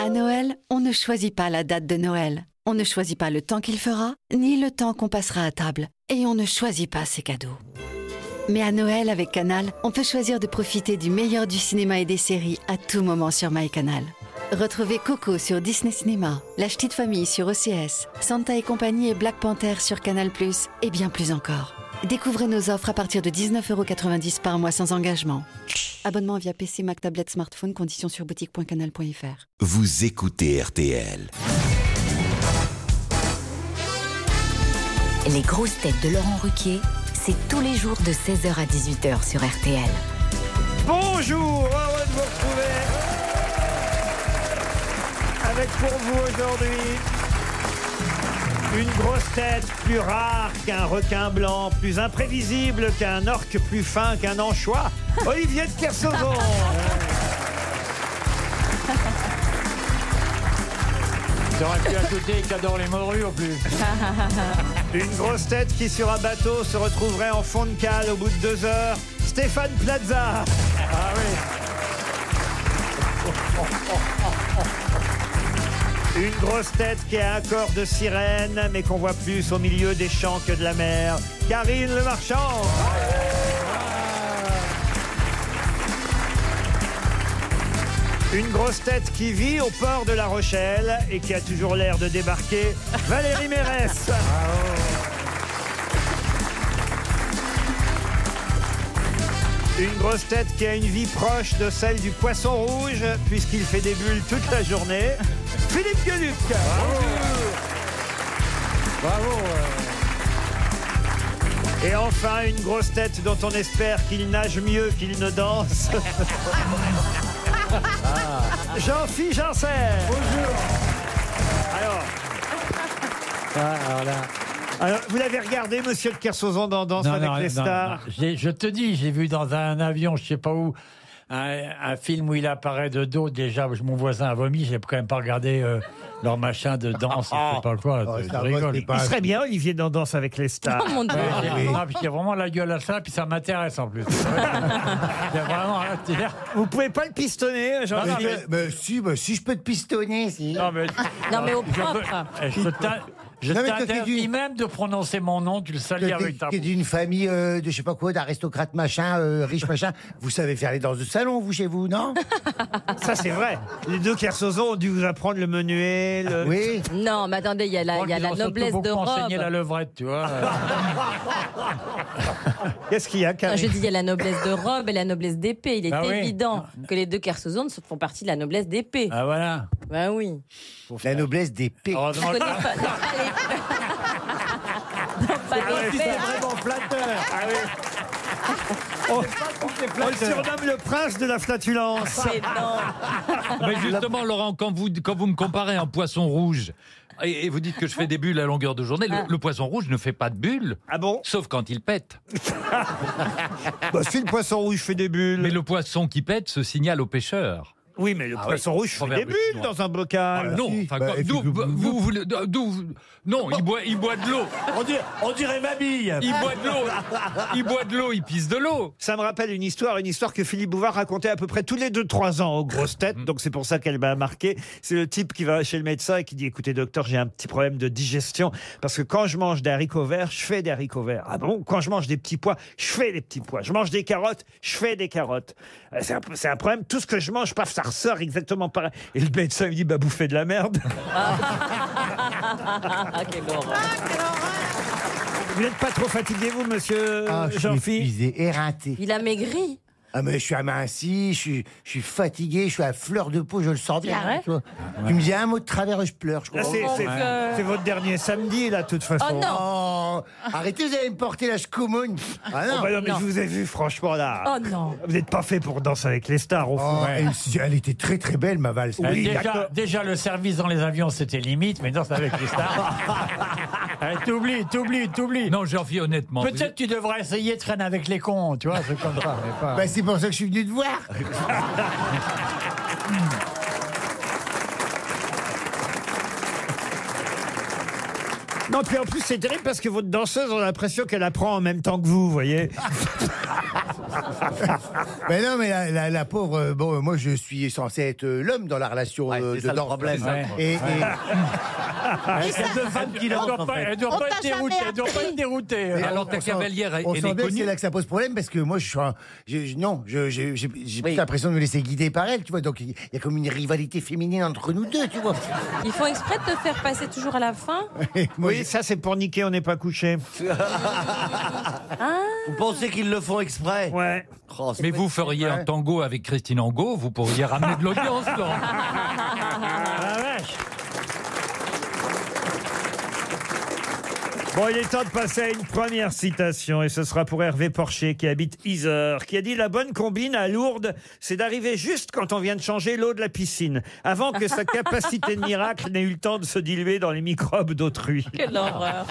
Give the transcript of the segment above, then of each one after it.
À Noël, on ne choisit pas la date de Noël. On ne choisit pas le temps qu'il fera, ni le temps qu'on passera à table. Et on ne choisit pas ses cadeaux. Mais à Noël, avec Canal, on peut choisir de profiter du meilleur du cinéma et des séries à tout moment sur MyCanal. Retrouvez Coco sur Disney Cinéma, La Ch'tite Famille sur OCS, Santa et compagnie et Black Panther sur Canal+, et bien plus encore. Découvrez nos offres à partir de 19,90€ par mois sans engagement. Abonnement via PC, Mac, tablette, smartphone, conditions sur boutique.canal.fr. Vous écoutez RTL. Les grosses têtes de Laurent Ruquier, c'est tous les jours de 16h à 18h sur RTL. Bonjour, heureux de vous retrouver. Avec pour vous aujourd'hui une grosse tête plus rare qu'un requin blanc, plus imprévisible qu'un orque, plus fin qu'un anchois, Olivier de Kersauzon. J'aurais pu ajouter qu'adore les morues en plus. Une grosse tête qui sur un bateau se retrouverait en fond de cale au bout de deux heures, Stéphane Plaza. Ah oui. Une grosse tête qui a un corps de sirène, mais qu'on voit plus au milieu des champs que de la mer, Karine Le Marchand. Une grosse tête qui vit au port de La Rochelle et qui a toujours l'air de débarquer, Valérie Mérès. Une grosse tête qui a une vie proche de celle du poisson rouge, puisqu'il fait des bulles toute la journée, Philippe Gueluc. Bravo. euh. Et enfin, une grosse tête dont on espère qu'il nage mieux qu'il ne danse. Ah. Jean-Philippe Janssen. Bonjour. Alors, Ah, alors, vous l'avez regardé, monsieur de Kersauzon, dans Danse Non, avec non, les non, stars non. J'ai- Je te dis, j'ai vu dans un avion, je sais pas où, un, un film où il apparaît de dos. Déjà, je- mon voisin a vomi, j'ai quand même pas regardé euh, leur machin de danse, je sais pas quoi. Oh, je ça va, rigole. c'est pas- Il serait bien, Olivier, dans Danse avec les stars. Mon Dieu. Ouais, j'ai- ah, puis j'ai vraiment la gueule à ça, puis ça m'intéresse en plus. J'ai vraiment rien à dire. Vous pouvez pas le pistonner, Non, non, Jean-Philippe mais- Mais si, mais si je peux te pistonner, si. Non, mais, Non, mais au je propre. veux- eh, Je t'in- je Non, mais toi, t'es t'interdis du- même de prononcer mon nom, tu le salis Que avec ta t'es- t'es d'une famille euh, de je sais pas quoi, d'aristocrates machin, euh, riche machin. Vous savez faire les danses de salon, vous, chez vous, non Ça, c'est vrai. Les deux Kersauzon ont dû vous apprendre le menuet. le- Oui. Non, mais attendez, il y a la, il y a Ils la ont surtout noblesse de beaucoup enseigné la robe. levrette, tu vois. Ah, Qu'est-ce qu'il y a, Non, Karine Je dis, il y a la noblesse de robe et la noblesse d'épée. Il est Ah oui. évident que les deux Kersozones font partie de la noblesse d'épée. ah voilà. Ben oui. La noblesse des pics. Je Heureusement connais que- pas. Non, allez. Non, pas ouais, d'épée. flatteur. Ah oui. On, on le surnomme le prince de la flatulence. C'est non. Mais Ah ben, justement, Laurent, quand vous, quand vous me comparez un poisson rouge et, et vous dites que je fais des bulles à longueur de journée, le, le poisson rouge ne fait pas de bulles, Ah bon sauf quand il pète. bah, Si le poisson rouge fait des bulles. Mais le poisson qui pète se signale au pêcheur. Oui, mais le Ah poisson oui, rouge fait des proverbe bulles chinois. dans un Ah, bocal. Ah, non, si. enfin, Bah, quoi, et puis d'où- vous- vous- vous voulez- d'où- non, il boit, il boit de l'eau. On dirait, on dirait ma bille. Il boit de l'eau. Il boit de l'eau, il pisse de l'eau. Ça me rappelle une histoire, une histoire que Philippe Bouvard racontait à peu près tous les 2-3 ans aux grosses Mhm. têtes, donc c'est pour ça qu'elle m'a marqué. C'est le type qui va chez le médecin et qui dit Écoutez, docteur, j'ai un petit problème de digestion, parce que quand je mange des haricots verts, je fais des haricots verts. Ah bon Quand je mange des petits pois, je fais des petits pois. Je mange des carottes, je fais des carottes. Euh, C'est un, peu- c'est un problème, tout ce que je mange, paf, ça ressort exactement pareil. Et le médecin lui dit Bah, bouffez de la merde. Ah, quelle horreur. Vous n'êtes pas trop fatigué, vous, monsieur Ah, je suis Jean-Philippe épuisé, éreinté. Il a maigri. Ah mais je suis aminci, je suis, je suis fatigué, je suis à fleur de peau, je le sens bien. Arrête. Tu, vois. Tu me dis un mot de travers et je pleure. Je Là, crois. c'est c'est- euh, c'est votre dernier samedi, là, de toute façon. Oh non. Oh, arrêtez, vous allez me porter la scoumone. Ah non. Oh, bah non, mais Non. je vous ai vu, franchement, là. Oh non. Vous n'êtes pas fait pour danser avec les stars, au fond. Oh, elle, elle était très très belle, ma valse. Euh, déjà, d'accord. déjà, le service dans les avions, c'était limite, mais non, c'est avec les Ah. stars. Eh, t'oublies, t'oublies, t'oublies. Non, jean envie honnêtement. vous Peut-être êtes- tu devrais essayer de traîner avec les cons, tu vois, c'est comme ça. mais pas- Bah, c'est pour ça que je suis venu te voir. Non, puis en plus, c'est terrible parce que votre danseuse, on a l'impression qu'elle apprend en même temps que vous, vous voyez. Mais non, mais la, la- la pauvre, euh, bon, euh, moi je suis censé être euh, l'homme dans la relation Ouais, euh, c'est de ça le danse. problème, hein. Et, et- Ah, Ah, Il y a deux femmes qui la doivent pas- elles doivent On pas être t'a jamais déroutées. Elles doivent pas être déroutées. et euh. Alors, on- ta on sent- cavalière, elle- on elle sent est bien que connue c'est là que ça pose problème parce que moi je suis un- je- je- non, je- je- j'ai j'ai plus Oui. l'impression de me laisser guider par elle, tu vois. Donc il y a comme une rivalité féminine entre nous deux, tu vois. Ils font exprès de te faire passer toujours à la fin. Et moi, Euh. Oui, ça, c'est pour niquer, on n'est pas couché. Vous pensez qu'ils le font exprès Ouais. Oh, c'est Mais vous feriez un tango avec Christine Angot, vous pourriez ramener de l'audience, Laurent. Ah, vache. Bon, il est temps de passer à une première citation, et ce sera pour Hervé Porcher, qui habite Isère, qui a dit La bonne combine à Lourdes, c'est d'arriver juste quand on vient de changer l'eau de la piscine, avant que sa capacité de miracle n'ait eu le temps de se diluer dans les microbes d'autrui. Quelle horreur.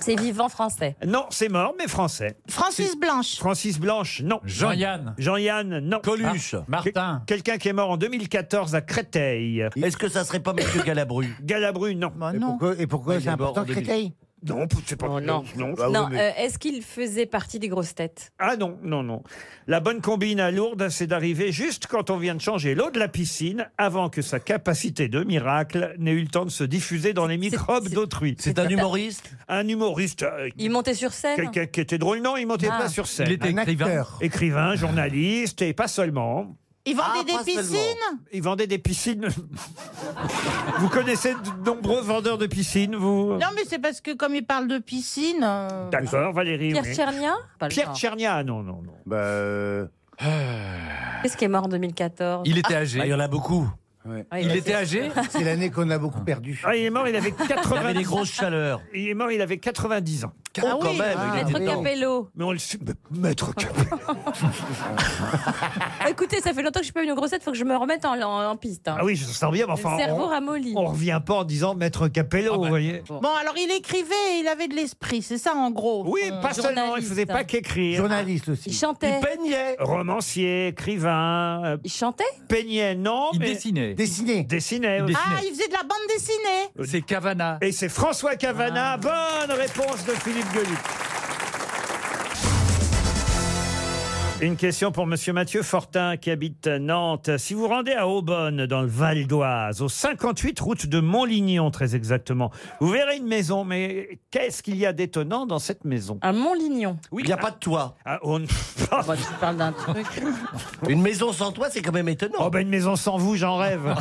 C'est vivant français. Non, c'est mort, mais français. Francis Blanche. Francis Blanche, non. Jean-Yann. Jean-Yann, non. Ah, Coluche. Martin. Quelqu'un qui est mort en 2014 à Créteil. Est-ce que ça serait pas Monsieur Galabru Galabru, non. et pourquoi, et pourquoi Ouais, c'est il est mort important en début. Créteil Non, c'est pas. non. Bah oui, non, mais- euh, est-ce qu'il faisait partie des grosses têtes Ah non, non, non. La bonne combine à Lourdes, c'est d'arriver juste quand on vient de changer l'eau de la piscine, avant que sa capacité de miracle n'ait eu le temps de se diffuser dans les microbes c'est- d'autrui. C'est un humoriste Un humoriste, euh, Il montait sur scène quelqu'un qui était drôle, non, il montait Ah. pas sur Il scène. était Un écrivain. acteur. Écrivain, journaliste, et pas seulement. Ils Ah, vendaient pas des piscines. seulement. Il vendait des piscines. vous connaissez de nombreux vendeurs de piscines, vous Non, mais c'est parce que comme ils parlent de piscine. euh, D'accord, Valérie. Pierre oui. Tchernia Pas le Pierre genre. Tchernia, non, non, non. Bah, euh, Qu'est-ce qui est mort en 2014 Il était âgé. Ah, Il y en a beaucoup. Ah, Il a- était âgé c'est l'année qu'on a beaucoup perdu. Ah, il est mort, il avait Il y avait des 90 grosses chaleurs. Il est mort, il avait 90 ans. Oh, quand même, il Ah, Maître était dedans. Capello. Mais on le sait, mais Maître Capello. Ah, Écoutez, ça fait longtemps que je suis pas venue aux grosses têtes, faut que je me remette en, en- en piste. hein. Ah oui, je sens bien, mais enfin, Le cerveau on, ramolli. on revient pas en disant Maître Ah Capello, bah, vous voyez. Bon, alors il écrivait et il avait de l'esprit, c'est ça en gros. Oui, On- pas seulement, il euh, journaliste. faisait pas qu'écrire. Journaliste Il aussi. chantait. Il peignait. Romancier, écrivain, euh, Il chantait peignait, non, Il mais dessinait. Dessiné. dessinait. Il aussi. Ah, il faisait de la bande dessinée. Euh, C'est Cavana. Ah. Et c'est François Cavana. Bonne réponse de Philippe Gueluc. Une question pour Monsieur Mathieu Fortin qui habite Nantes. Si vous rendez à Aubonne dans le Val d'Oise, au 58 route de Montlignon très exactement, vous verrez une maison. Mais qu'est-ce qu'il y a d'étonnant dans cette maison un Montlignon. Il n'y a pas de toit. Ah, on- Bon, Bah, tu parles d'un truc. Une maison sans toit, c'est quand même Oh étonnant. ben une maison sans vous, j'en rêve.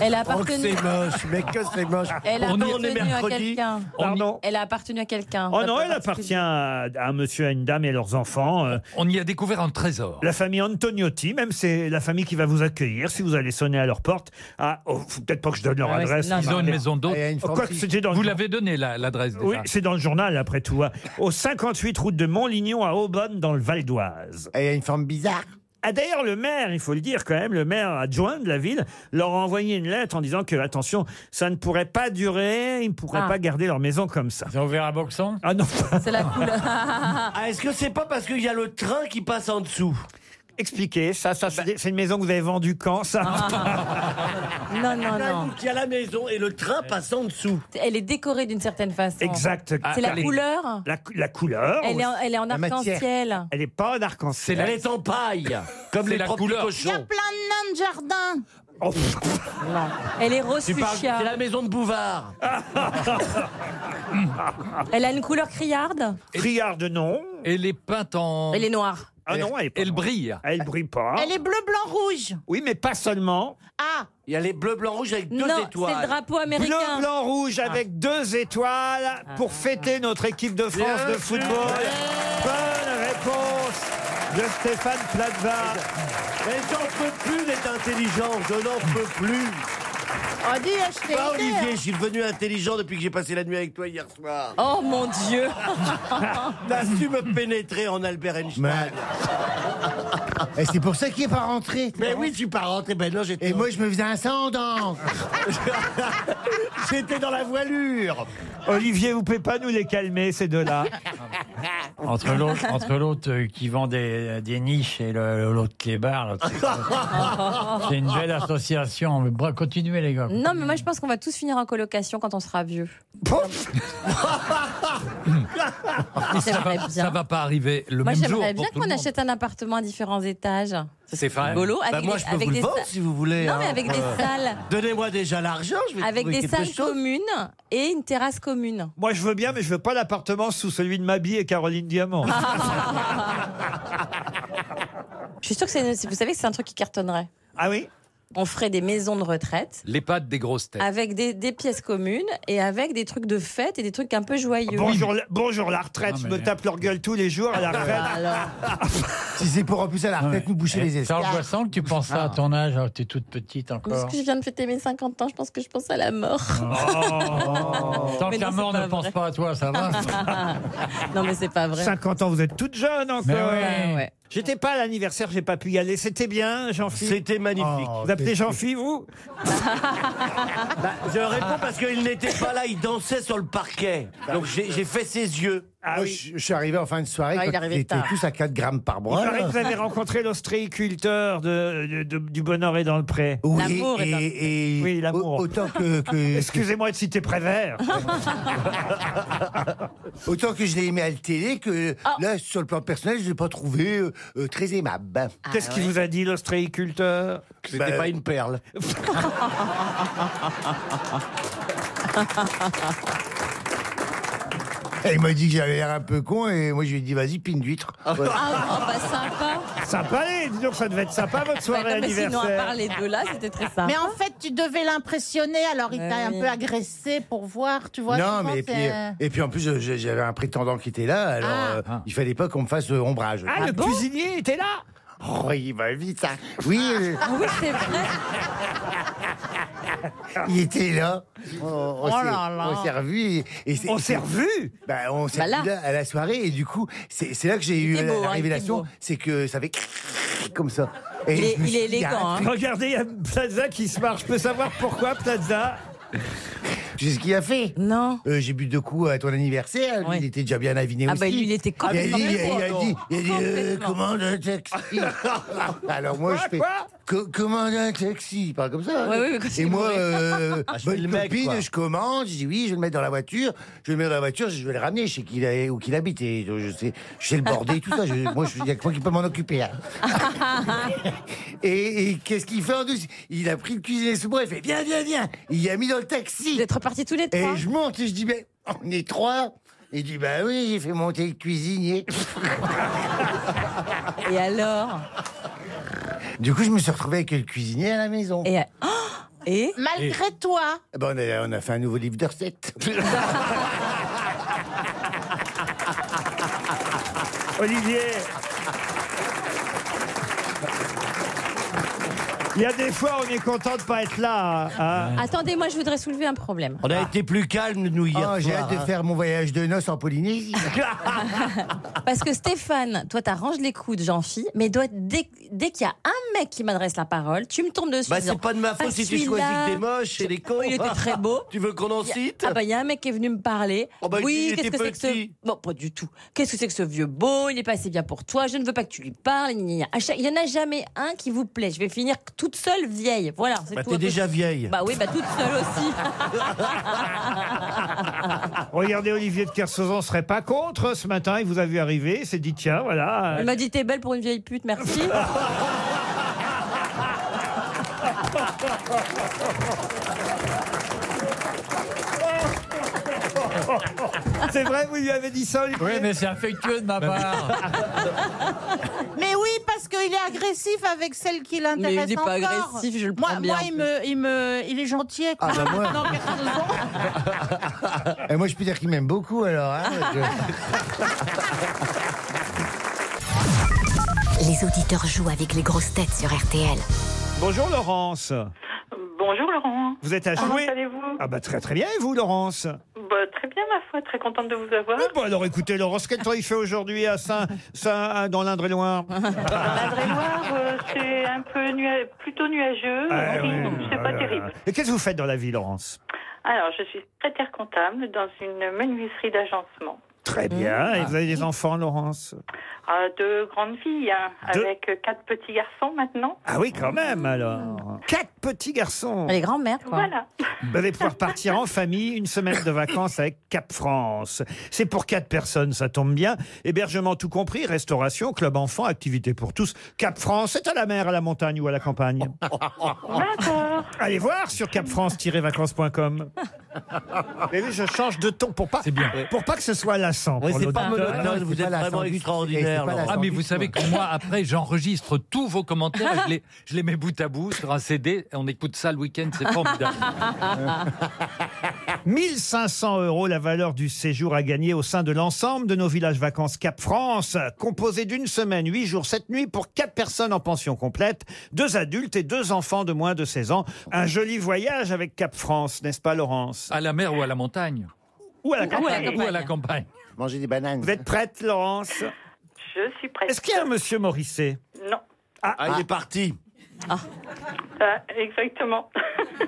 Elle a Oh, que appartenu, c'est moche, mais que c'est moche. elle a Pourtant, on est appartenu à mercredi. quelqu'un. Pardon. Elle a appartenu à quelqu'un. Oh Ça non, peut elle partir- appartient à, à un monsieur, à une dame et leurs enfants. Euh, On y a découvert un trésor. La famille Antoniotti, même c'est la famille qui va vous accueillir si vous allez sonner à leur porte. Ah, oh, faut peut-être pas que je donne leur Ah ouais, adresse. c'est- non, Ils ont une maison Ah, d'hôte. il y a une Oh, quoi que Francis. c'était dans le Vous journal. l'avez donné la- l'adresse déjà. Oui, c'est dans le journal après tout. hein. Au 58 route de Montlignon à Aubonne dans le Val d'Oise. Elle a une forme bizarre. Ah, D'ailleurs, le maire, il faut le dire quand même, le maire adjoint de la ville leur a envoyé une lettre en disant que, attention, ça ne pourrait pas durer, ils ne pourraient Ah. pas garder leur maison comme ça. Ils ont ouvert un boxon. Ah non, C'est la couleur. Ah, est-ce que c'est pas parce qu'il y a le train qui passe en dessous Bah expliquez, ça, ça c'est c'est une maison que vous avez vendue quand, ça non, non, non. Ah. Il y a Ah, la maison et le train passe en dessous. Elle est décorée d'une certaine façon. Exact. Ah, C'est la elle est- couleur. La, cou- la couleur. Elle est en, elle est en La matière. arc-en-ciel. Elle n'est pas en arc-en-ciel. Elle est en paille, comme C'est les la propres couleur. Il y a plein cochons. de nains de jardin. Oh, pff, Elle est rose Tu parles, c'est fuchsia. la maison de Bouvard. Elle a une couleur criarde. Criarde, non. Elle est peinte en. Elle est noire. Ah non, elle, est pas Elle noire. brille. Elle brille pas. Elle est bleu, blanc, rouge. Oui, mais pas seulement. Ah, Il y a les bleus, blancs, rouges avec deux non, c'est le étoiles. drapeau américain. Ah. Bleu, blanc, rouge avec deux étoiles pour fêter notre équipe de France Bien de sûr. football. Bonne réponse de Stéphane Plaza. Mais j'en peux plus d'être intelligent, je n'en peux plus. on dit acheter. Pas Olivier, je suis devenu intelligent depuis que j'ai passé la nuit avec toi hier soir. Oh mon Dieu. T'as su me pénétrer en Albert Einstein. Mais- Et c'est pour ça qu'il est pas rentré. tu Mais vois. oui, tu pars rentrer. Ben non, j'étais Et moi, je me faisais un sang dans. j'étais dans la voilure. Olivier, vous pouvez pas nous les calmer, ces deux-là. Entre l'autre, entre l'autre euh, qui vend des, des niches et le- l'autre qui est barre. l'autre, c'est- C'est une belle association. Mais bref, continuez les gars. Non, mais moi je pense qu'on va tous finir en colocation quand on sera vieux. ça, J'aimerais va, bien. ça va pas arriver le moi même jour. j'aimerais pour bien tout le qu'on monde. achète un appartement à différents étages. C'est vrai. Rigolo, Bah, avec moi, des- je peux avec vous le des vendre sa- si vous voulez. Non, mais hein. avec des Euh, salles. Donnez-moi déjà l'argent, je vais Avec trouver des quelque salles chose. communes et une terrasse commune. Moi, je veux bien, mais je veux pas l'appartement sous celui de Mabi et Caroline Diamant. Ah. Je suis sûre que c'est, vous savez que c'est un truc qui cartonnerait. ah oui On ferait des maisons de retraite Les pattes des grosses têtes. avec des, des pièces communes et avec des trucs de fête et des trucs un peu joyeux. Ah, Bonjour, la- bonjour la retraite, Non, je mais- me tape leur gueule tous les jours à la retraite. Ah, bah Alors, Si c'est pour en plus à la retraite, nous boucher Eh, les C'est escarres. angoissant que tu penses ça à Ah. ton âge, alors que tu es toute petite parce encore. Oh. que je viens de fêter mes 50 ans, je pense que je pense à la mort. Tant Mais que non, la c'est mort pas ne pense vrai. pas à toi, ça va. non, mais c'est pas vrai. 50 ans, vous êtes toute jeune encore. Mais ouais. euh, Ouais, ouais. J'étais pas à l'anniversaire, j'ai pas pu y aller. C'était bien, Jean-Philippe. C'était magnifique. Oh, Vous appelez Jean-Philippe, vous Bah, je réponds parce qu'il n'était pas là, il dansait sur le parquet. Donc j'ai j'ai fait ses yeux. Ah Moi, oui. je, je suis arrivé en fin de soirée, Ah, il quand arrivait ils étaient tard. tous à 4 grammes par Il bras. paraît que vous avez rencontré l'ostréiculteur de, de- de- du Bonheur et dans le Pré. L'amour est un- et, et- Oui, l'amour. au- Autant que, que- Excusez-moi de citer Prévert. autant que je l'ai aimé à la télé, que Ah. là, sur le plan personnel, je ne l'ai pas trouvé euh, euh, très aimable. Ah, Ben, Qu'est-ce qu'il vous a dit, l'ostréiculteur C'était pas une perle. Et il m'a dit que j'avais l'air un peu con, et moi, je lui ai dit, vas-y, pine d'huître. Voilà. Ah, oh, bah sympa. Sympa, allez, dis donc, ça devait être sympa, votre Ouais, non, soirée mais sinon, à part anniversaire. les deux là, c'était très sympa. Mais en fait, tu devais l'impressionner, alors il Ouais, t'a un oui. peu agressé pour voir, tu vois. non, souvent, mais et c'est, puis, euh, et puis en plus, je- je- j'avais un prétendant qui était là, alors Ah. euh, il fallait pas qu'on me fasse euh, ombrage. Ah, le cuisinier était là Oh, il va vite, hein. Oui, Ah. euh, Oui, c'est vrai. il était là. On, on Oh s'est- là là. on s'est revus. et- et c'est- On s'est revus Bah, on s'est Bah là. vu là, à la soirée et du coup, c'est c'est là que j'ai Il eu était la, beau, la hein, il était révélation, beau. c'est que ça fait comme ça. Et Il est- je me il suis est dit, y a élégant, un hein. truc. Regardez, il y a Plaza qui se marche. Je peux savoir pourquoi, Plaza Tu sais ce qu'il a fait Non. Euh, J'ai bu deux coups à ton anniversaire, lui, Ouais. il était déjà bien aviné Ah aussi. bah, lui, il était il a dit, complètement il a, fou. il a dit, il a dit, euh, Complètement. commande un taxi. Alors moi, Quoi, je fais, quoi co- commande un taxi, il parle comme ça. Ouais, hein. ouais, mais qu'est-ce et qu'il moi, voulait euh, Ah, je fais bonne le mec, copine, quoi. je commande, je dis oui, je vais le mettre dans la voiture, je vais le mettre dans la voiture, je vais le ramener chez qui il est, où qu'il habite, et je sais, je sais le border, tout ça. Je- moi, je- il n'y a que moi qui peux m'en occuper. hein. et et qu'est-ce qu'il fait en dessous Il a pris le cuisinier sous bras, il fait, viens, viens, viens. Il a mis dans le taxi. Vous êtes repartis tous les trois. Et je monte et je dis, mais on est trois. Il dit, bah oui, j'ai fait monter le cuisinier. Et euh, alors Du coup, je me suis retrouvé avec le cuisinier à la maison. Et. Oh et Malgré toi, Bah, on, a, on a fait un nouveau livre de recettes. Olivier Il y a des fois, on est content de pas être là. hein. Attendez, moi je voudrais soulever un problème. Ah. On a été plus calme, nous, hier. Oh, j'ai soir, hâte de hein. faire mon voyage de noces en Polynésie. Ah. Parce que Stéphane, toi t'arranges les coups de Jean-Phi, mais doit- dès, dès qu'il y a un mec qui m'adresse la parole, tu me tombes dessus. en Bah, disant, c'est pas de ma Ah, faute si tu choisis celui-là. que des moches et des cons. Il était très beau. Tu veux qu'on en cite Ah bah il y a un mec qui est venu me parler. Oh bah, il dit, oui, il qu'est-ce que était c'est que ce petit. Bon, pas du tout. Qu'est-ce que c'est que ce vieux beau Il est pas assez bien pour toi. Je ne veux pas que tu lui parles. gna, gna, gna. À chaque- Il y en a jamais un qui vous plaît. Je vais finir toute seule vieille. Voilà. c'est Bah, tout t'es un peu- déjà vieille. Bah oui, bah toute seule aussi. Regardez, Olivier de Kersauzon serait pas contre ce matin. Il vous a vu arriver. Il s'est dit, tiens, voilà. Elle m'a dit t'es belle pour une vieille pute, merci. C'est vrai, vous lui avez dit ça, Olivier Bah Oui, mais c'est affectueux de ma part. Mais oui, parce qu'il est agressif avec celle qui l'intéresse Mais il est pas encore. agressif, je le moi, prends bien, Moi, en il plus. me, il me, il est gentil avec Ah, bah, moi. Non, personne ne- et moi, je peux dire qu'il m'aime beaucoup, alors. Ah, hein. Je- Les auditeurs jouent avec les grosses têtes sur RTL. Bonjour, Laurence. Bonjour Laurent. Vous êtes à Comment jouer allez-vous Ah bah très très bien, et vous, Laurence Bah, Très bien, ma foi. Très contente de vous avoir. Ah bah alors écoutez, Laurence, quel temps il fait aujourd'hui à Saint, Saint dans l'Indre-et-Loire L'Indre-et-Loire, euh, c'est un peu nua- plutôt nuageux. Ah, Oui, ouais, donc c'est ouais, pas ouais, terrible. ouais. Et qu'est-ce que vous faites dans la vie, Laurence Alors, je suis secrétaire comptable dans une menuiserie d'agencement. Très bien. Et Ah. vous avez des enfants, Laurence Euh, deux grandes filles, hein, Deux. avec euh, quatre petits garçons maintenant. Ah oui, quand même, alors. Quatre petits garçons. Les grands-mères, quoi. Voilà. Vous allez pouvoir partir en famille une semaine de vacances avec Cap France. C'est pour quatre personnes, ça tombe bien. Hébergement tout compris, restauration, club enfant, activités pour tous. Cap France, c'est à la mer, à la montagne ou à la campagne. Allez voir sur capfrance-vacances.com. Mais oui, je change de ton pour pas, pour pas que ce soit lassant. Oui, pour c'est pas l'auditeur. monoton, Ah vous êtes vraiment extraordinaire. Laurent. Ah, mais vous savez que moi, après, j'enregistre tous vos commentaires, et je les, je les mets bout à bout sur un CD, et on écoute ça le week-end, c'est formidable. 1500 euros la valeur du séjour à gagner au sein de l'ensemble de nos villages vacances Cap France, composé d'une semaine, 8 jours, 7 nuits pour quatre personnes en pension complète, deux adultes et deux enfants de moins de 16 ans. Un joli voyage avec Cap France, n'est-ce pas Laurence À la mer ou à la montagne Ou à la Ou à la campagne campagne. Ou à la campagne. Manger des bananes. Vous êtes prête Laurence Je suis prête. Est-ce qu'il y a un monsieur Morisset Non. ah, il est parti. Ah, exactement.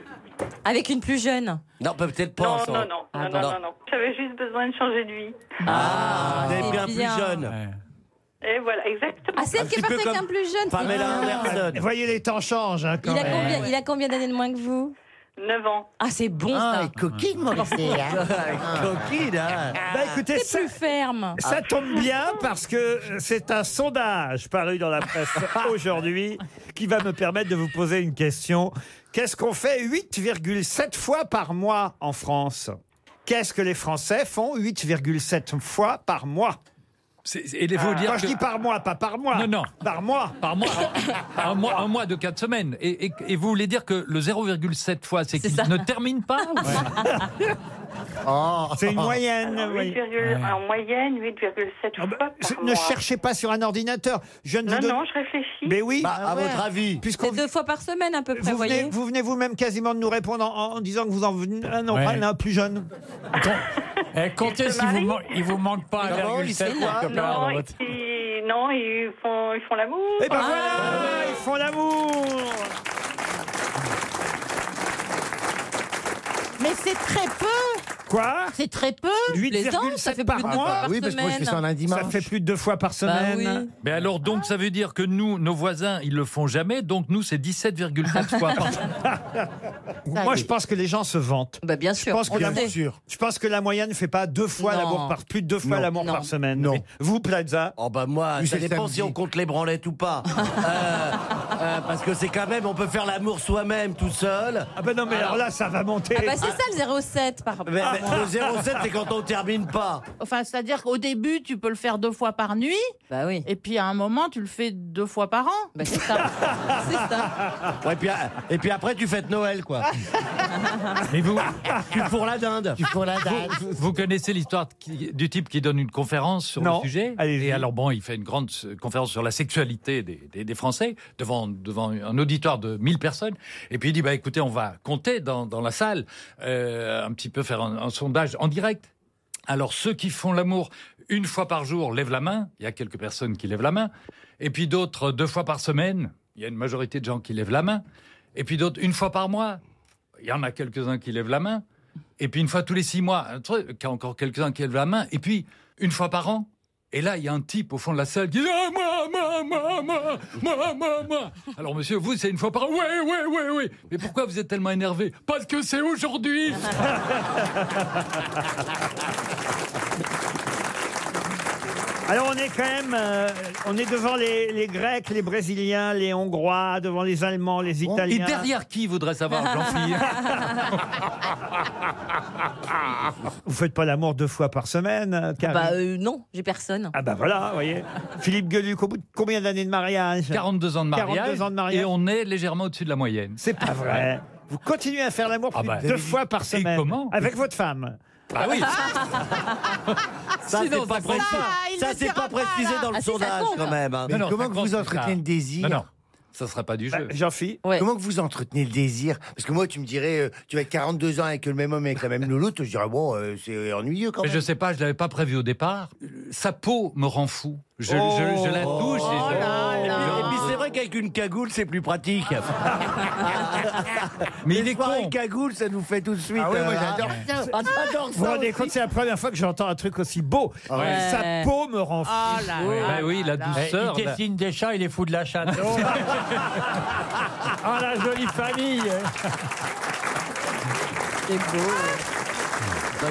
Avec une plus jeune. Ah, Non, peut-être Non, pas. ça. non, non, non, non, non, non. J'avais juste besoin de changer de vie. Ah, vous avez c'est bien plus Eh bien. jeune. Et voilà, exactement. Ah, c'est elle qui est partie avec un plus jeune. c'est bien. Voyez, les temps changent. hein, quand Il a même. combien, il a combien d'années de moins que vous 9 ans. Ah, c'est bon Ah, ça. et coquine, Morrissey, hein. Ah, coquine, hein. Bah, écoutez, c'est Ah. plus ferme. Ça tombe bien parce que c'est un sondage paru dans la presse aujourd'hui qui va me permettre de vous poser une question. Qu'est-ce qu'on fait 8,7 fois par mois en France Qu'est-ce que les Français font 8,7 fois par mois Ah. et les- faut Ah. dire Quand je que- dis par mois, pas par mois. Non, non. Par mois. Par mois. un, mois, un mois de 4 semaines. Et, et- et vous voulez dire que le 0,7 fois, c'est qu'il ne termine pas ou- C'est une moyenne. Alors, vous voyez. 8,1 En moyenne, 8,7 fois par Je- mois. Ne cherchez pas sur un ordinateur. Je ne Non, vous donne- non, je réfléchis. Mais oui. Ah ouais. Puisqu'on C'est deux fois par semaine à peu près, Vous venez, voyez. vous venez vous-même quasiment de nous répondre en, en disant que vous en venez ah un, Ouais. un, un plus jeune. Eh, comptez si vous man- il vous manque pas Non, 1,7 quelque part Non, dans et votre- puis- non, ils font, ils font l'amour. Et ben Ah. voilà, ils font l'amour. Mais c'est très peu Quoi C'est très peu 8,7 par Ah, bah mois Ça fait plus de deux fois par semaine. Mais alors, donc, ça veut dire que nous, nos voisins, ils le font jamais, donc nous, c'est 17,4 fois par Moi, je pense que les gens se vantent. Bah, bien Je sûr. pense, on que la, le sait. je pense que la moyenne ne fait pas deux fois Non. l'amour par plus de deux fois Non. l'amour Non. par semaine. Mais Vous, Plaza Oh bah moi, Plus ça c'est dépend samedi. si on compte les branlettes ou pas. Euh, euh, parce que c'est quand même, on peut faire l'amour soi-même tout seul. Ah bah non mais alors là ça va monter. Ah bah c'est ça le 0,7 par, par Mais, mais mois. le 07 c'est quand on termine pas. Enfin, c'est-à-dire qu'au début, tu peux le faire deux fois par nuit. Bah oui. Et puis à un moment, tu le fais deux fois par an. Bah c'est ça. c'est ça. ah, Ouais, puis, a- et puis après tu fêtes Noël quoi. Mais vous, tu fourres la dinde. Tu fourres la Vous, vous connaissez l'histoire de qui- du type qui donne une conférence sur Non. le sujet Et alors bon, il fait une grande euh, conférence sur la sexualité des, des- des Français devant, devant un auditoire de 1000 personnes. Et puis il dit, bah, écoutez, on va compter dans, dans la salle, euh, un petit peu faire un, un sondage en direct. Alors ceux qui font l'amour une fois par jour lèvent la main, il y a quelques personnes qui lèvent la main, et puis d'autres deux fois par semaine, il y a une majorité de gens qui lèvent la main, et puis d'autres une fois par mois, il y en a quelques-uns qui lèvent la main, et puis une fois tous les six mois, un truc, il y a encore quelques-uns qui lèvent la main, et puis une fois par an, et là, il y a un type au fond de la salle qui dit Ah, moi, moi, moi, moi, moi, moi, moi. Alors, monsieur, vous, c'est une fois par an. Oui, oui, oui, oui. Mais pourquoi vous êtes tellement énervé Parce que c'est aujourd'hui. Alors on est quand même, euh, on est devant les, les Grecs, les Brésiliens, les Hongrois, devant les Allemands, les Ah Et Italiens. derrière qui voudrait savoir, Jean-Philippe Vous faites pas l'amour deux fois par semaine, euh, Karine Bah euh, non, j'ai personne. Ah bah voilà, vous voyez. Philippe Gueluc, au bout de combien d'années de mariage 42 ans de mariage. 42 ans de mariage. Et on est légèrement au-dessus de la moyenne. C'est pas vrai. Vous continuez à faire l'amour Ah plus bah. de deux fois par semaine. comment Avec votre femme. Ah oui. Ça c'est Sinon, pas ça précisé. il Ça le c'est dira pas pas, précisé là. dans le Ah, si, ça sondage compte. quand même. hein. Eh ben, Non, non, comment ça Bah, que compte, vous ça. entretenez le désir Non, non. Ça sera pas du jeu. Jean-Philippe Comment que vous entretenez le désir Parce que moi, tu me dirais, euh, tu vas être 42 ans avec le même homme, avec la même louloute, je dirais, bon, euh, c'est ennuyeux quand Mais même. je sais pas, je l'avais pas prévu au Oh. départ. Euh, Sa peau me rend fou. Je, je- je la touche. et je- Et puis c'est vrai qu'avec une cagoule, c'est plus pratique. Mais Mais les soirées cagoule, ça nous fait tout de suite. Ah oui, moi, euh, j'adore ah, ça. ah, j'adore Vous vous ça rendez aussi. compte, c'est la première fois que j'entends un truc aussi beau. Ah ouais. Sa Euh. peau me Oh rend fou. Ben Ah là Oui, là bah oui, Ben la douceur, Il là. dessine des chats, il est fou de la chatte. Oh, Oh, Ah, la jolie famille C'est beau.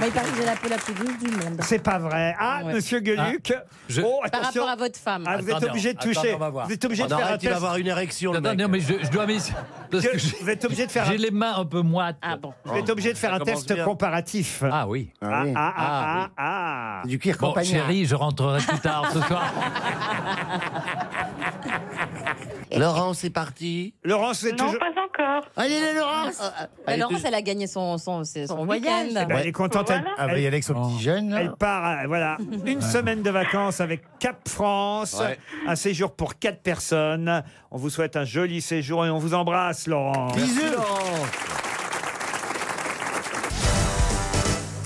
Mais il paraît que j'ai la peau la plus douce du monde. C'est pas vrai. Ah, Ouais. monsieur Gueluc. Oh, Par attention. rapport à votre femme. Ah, vous êtes Ah, Attendez, obligé de attendez, toucher. on va voir. Vous êtes obligé On de faire un arrête, il va test. avoir une érection, le Attendez, mec. non, mais je- je dois mis- parce que vous êtes obligé de faire. J'ai les mains un peu moites. Ah bon. Vous êtes obligé de faire Ça un commence test bien. comparatif. Ah oui. Ah, ah, ah, ah, Du cuir Bon, campagnard. chérie, je rentrerai plus tard ce soir. Laurent, c'est parti. Laurent, c'est Non, pas encore. Ah, Allez, les Laurence Bah, Elle Laurence, était- elle a gagné son, son, c'est son Eh week-end. ben, Elle est contente. Elle, Ah, bah, il y a avec Oh. son petit jeune, là. Elle part, euh, voilà, une semaine de vacances avec Cap France. Ouais. Un séjour pour quatre personnes. On vous souhaite un joli séjour et on vous embrasse, Laurent. Bisous.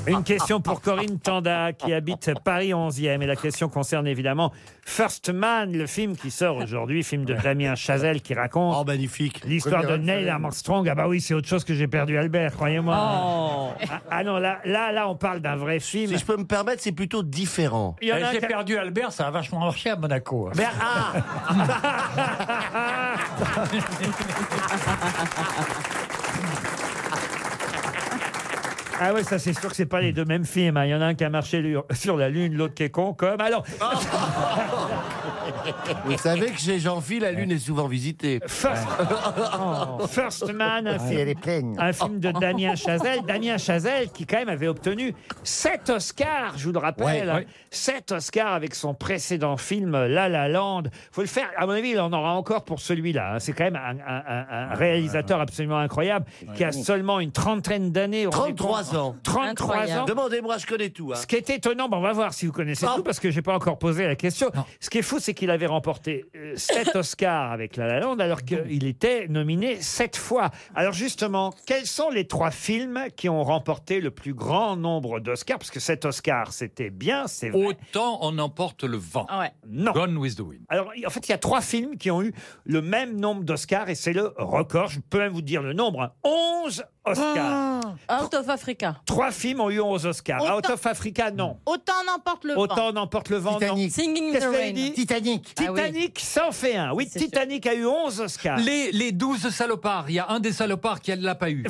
Une question pour Corinne Tanda qui habite Paris 11e et la question concerne évidemment First Man, le film qui sort aujourd'hui, film de Damien Chazelle qui raconte Oh, l'histoire de Premier Neil Chazelle. Armstrong. Ah bah oui, c'est autre chose que j'ai perdu Albert, croyez-moi. Oh. Ah, ah non, là, là, là, on parle d'un vrai film. Si je peux me permettre, c'est plutôt différent. Il y en a Eh, un J'ai qui a- perdu Albert, ça a vachement marché à Monaco. hein. Mais ah Ah ouais, ça c'est sûr que c'est pas les deux mêmes films. hein. Il y en a un qui a marché lu- sur la lune, l'autre qui est con comme. Alors, Vous savez que chez Jean-Phil, la lune est souvent visitée. First, First Man, un Ah, film- elle est pleine. Oh. un film de Damien Chazelle. Damien Chazelle qui, quand même, avait obtenu 7 Oscars, je vous le rappelle. Ouais, ouais. 7 Oscars avec son précédent film La La Land. faut le faire. À mon avis, il en aura encore pour celui-là. hein. C'est quand même un, un- un- un réalisateur absolument incroyable qui a seulement une trentaine d'années. vous vous rendez 33 compte ans. 33 ans. Demandez-moi, je connais tout. hein. Ce qui est étonnant, bon, on va voir si vous connaissez tout, parce que j'ai pas encore posé la question. Ce qui est fou, c'est qu'il avait remporté 7 Oscars avec La La Land, alors qu'il était nominé 7 fois. Alors justement, quels sont les trois films qui ont remporté le plus grand nombre d'Oscars Parce que 7 Oscars, c'était bien, c'est vrai. Autant on emporte le vent. Ah ouais. Non. Gone with the wind. Alors, en fait, il y a trois films qui ont eu le même nombre d'Oscars, et c'est le record. Je peux même vous dire le nombre. hein. 11 Oscars. Ah. Out of Africa. Trois films ont eu 11 Oscars. Ah, Autant- Out of Africa, non. Autant n'emporte le Autant vent. n'emporte le vent, non. Titanic. Singing in Qu'est-ce the qu'elle dit Rain. Titanic. Ah oui. Titanic, ça en fait un. Oui, C'est sûr. Titanic a eu 11 Oscars. Les, les 12 salopards, il y a un des salopards qui ne l'a pas eu.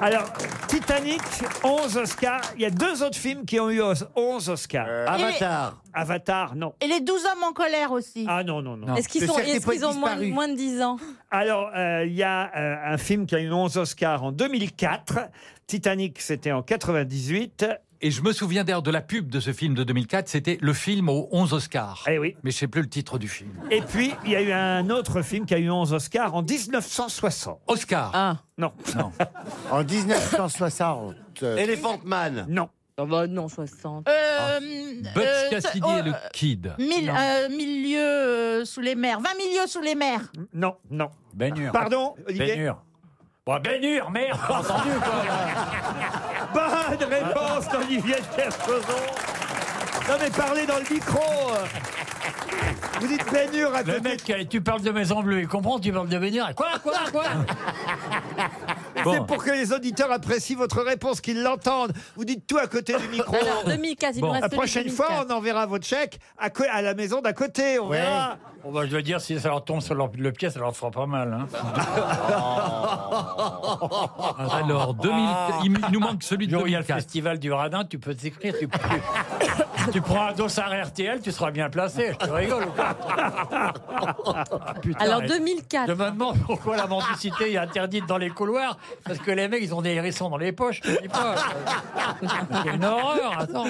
Alors, Titanic, 11 Oscars. Il y a deux autres films qui ont eu os- 11 Oscars. Euh, Avatar. Avatar, non. Et les 12 hommes en colère aussi. Ah non, non, non. Est-ce qu'ils Le sont, cercle des est-ce qu'ils poètes ont moins, disparus. moins de 10 ans Alors, euh, il y a euh, un film qui a eu 11 Oscars en 2004. Titanic, c'était en 98. Et je me souviens d'ailleurs de la pub de ce film de 2004, c'était le film aux 11 Oscars. Eh oui. Mais je sais plus le titre du film. Et puis, il y a eu un autre film qui a eu 11 Oscars en 1960. Oscar. Ah. Non, Non. En 1960. euh, Elephant Man. non. Ah bah non, 60. Euh, Bugs euh, Cassidy oh, et le euh, Bah, Kid. mille, euh, mille lieues euh, sous les mers. 20 milieux sous les mers. Non, non. Bénure. Pardon, Olivier Bénure. Ben Bon, Bénure, merde, t'as entendu quoi Bonne réponse d'Olivier de Kersauzon. Non mais parlez dans le micro. Vous dites Bénure à Le côté. mec, euh, tu parles de Maison Bleue, il comprend, tu parles de Bénure. Quoi, quoi, quoi C'est pour que les auditeurs apprécient votre réponse, qu'ils l'entendent. Vous dites tout à côté du micro. Alors, 2004, il Bon. nous reste La celui de prochaine 2004. fois, on enverra votre chèque à, co- à la maison d'à côté. On Ouais. verra. Bon, bah, je veux dire, si ça leur tombe sur leur- le pied, ça leur fera pas mal. Hein. Alors, 2000, il me- il nous manque celui de Le Ah. jour où il y a le 2004. festival du radin, tu peux t'écrire. Tu, tu- tu prends un dossard RTL, tu seras bien placé. Tu rigoles ou pas Putain, Alors, et- Je 2004. me demande pourquoi la mendicité est interdite dans les couloirs, parce que les mecs, ils ont des hérissons dans les poches. je te dis pas. C'est une Ah, horreur, attends.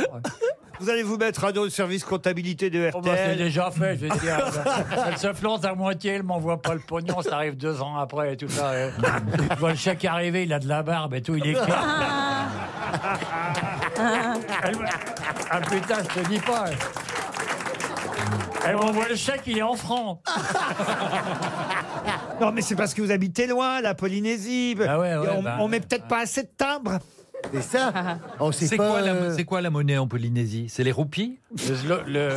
Vous allez vous mettre à dos le service comptabilité de Oh, bah, c'est RTL. déjà fait, je veux dire. Elle se plante à moitié, elle m'envoie pas le pognon, ça arrive deux ans après et tout ça. et- Je vois le chèque arriver, il a de la barbe et tout, il est écrit. Elle me- Ah putain, je te dis pas. Elle m'envoie le chèque, il est en francs. non mais c'est parce que vous habitez loin, la Polynésie. Ah ouais, ouais, on, bah, on met peut-être pas assez de timbres. C'est ça. On sait C'est pas, Oh, quoi, la, euh, c'est quoi la monnaie en Polynésie C'est les roupies Euh, Je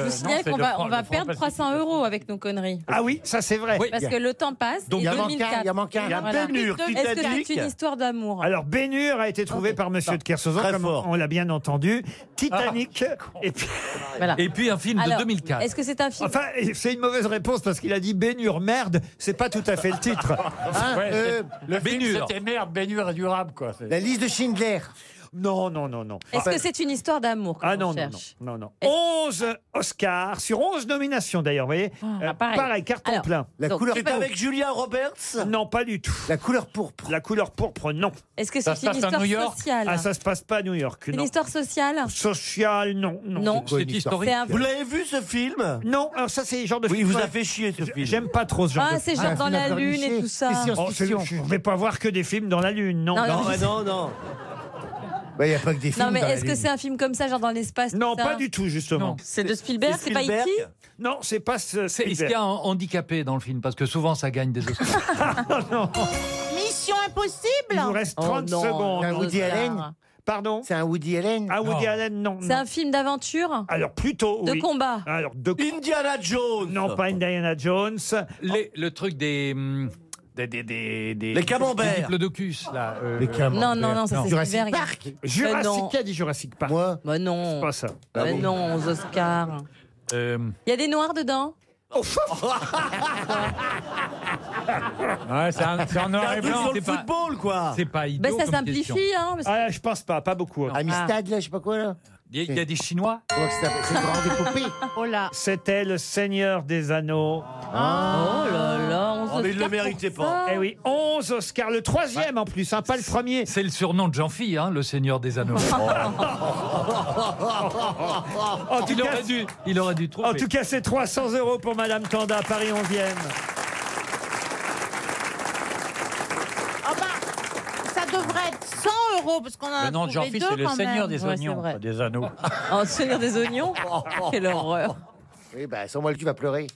vous signale qu'on va, on va perdre 300 euros avec nos conneries. Ah oui, ça c'est vrai. Parce que le temps passe. Donc, et il y a manqué un, 2004. il y a manqué un. Il y a Voilà. Bénure, Est-ce que Titanic. c'est une histoire d'amour Alors, Bénure a été trouvé par Monsieur Bah, de Kersauzon, comme on l'a bien entendu. Titanic, et puis... Ah. Voilà. Et puis un film de Alors, 2004. Est-ce que c'est un film Enfin, c'est une mauvaise réponse parce qu'il a dit Bénure, merde, c'est pas tout à fait le titre. Ouais, Euh, c'est- le film, Bénure. c'était merde, baignure durable, quoi. c'est- liste de Schindler. Non, non, non, non. Est-ce que c'est une histoire d'amour Ah non, non, non, non, non. 11 Oscars, sur 11 nominations d'ailleurs, vous voyez. Ah, Euh, pareil. carton Alors, plein. La donc, couleur c'est pourpre. avec Julia Roberts Non, pas du tout. La couleur pourpre La couleur pourpre, non. Est-ce que Ça c'est se une passe à histoire New York sociale Ah, ça se passe pas à New York, Une non. histoire sociale Sociale, non. Non, Non. C'est historique. C'est un- Vous l'avez vu ce film Non, alors ça c'est le genre de film. Oui, vous a fait chier ce film. J'aime pas trop ce genre Ah, de c'est film. genre Ah, dans un film la lune et pleurnicher. tout ça. C'est science-fiction. Oh, c'est- je vais pas voir que des films dans la lune, non. Non, Non, non, mais je- non, Il n'y a pas que des Non, mais est-ce que c'est un film comme ça, genre dans l'espace Non, pas du tout, justement. C'est de Spielberg, c'est pas Spielberg. E.T. Non, c'est pas ce. C'est- Est-ce qu'il y a un handicapé dans le film Parce que souvent, ça gagne des Oscars. Oh. Mission impossible Il vous reste 30 secondes. C'est un Woody Allen Pardon C'est un Woody Allen Ah, Woody Allen, non. C'est un film d'aventure Alors plutôt. De oui. combat Alors de Indiana Jones. Non, pas Indiana Jones. Les- le truc des. hum, Des, des, des, des- Les camemberts. Des diplodocus, là. euh, Les camemberts. Non, non, non, ça, c'est Jurassic Spielberg. Park. Mais Jurassic, Euh, non. qui a dit Jurassic Park Moi Bah non. C'est pas ça. Ah Mais non, aux Oscars. Euh, Il y a des noirs dedans Oh, Ouais, c'est un- c'est en noir et blanc. c'est pas- quoi. C'est pas idiot. Ben, ça comme question. simplifie, hein, parce que- Ah. Ah, je pense pas, pas beaucoup. Amistad, Ah, là, je sais pas quoi, là. Il y, a- il y a des Chinois. C'est grande épopée. Oh là. C'était le Seigneur des Anneaux. Oh là là, on Ah, se le méritait pas. Eh oui, 11 Oscars, le troisième en plus, hein, pas le premier. C'est le surnom de Jean-Fille, hein, le Seigneur des Anneaux. En Oh. tout il, cas- aurait dû, il aurait dû trouver. En tout cas, c'est 300 euros pour Madame Tanda, Paris 11e. Ah bah, ça devrait être 100 euros parce qu'on en a Ah, Mais non, trouvé Jean-Fils, deux c'est le quand seigneur même. des Ouais, oignons, c'est vrai. pas des anneaux. Oh, le Seigneur des oignons Quelle horreur. Oh. Oui, bah, sans moi, tu vas pleurer.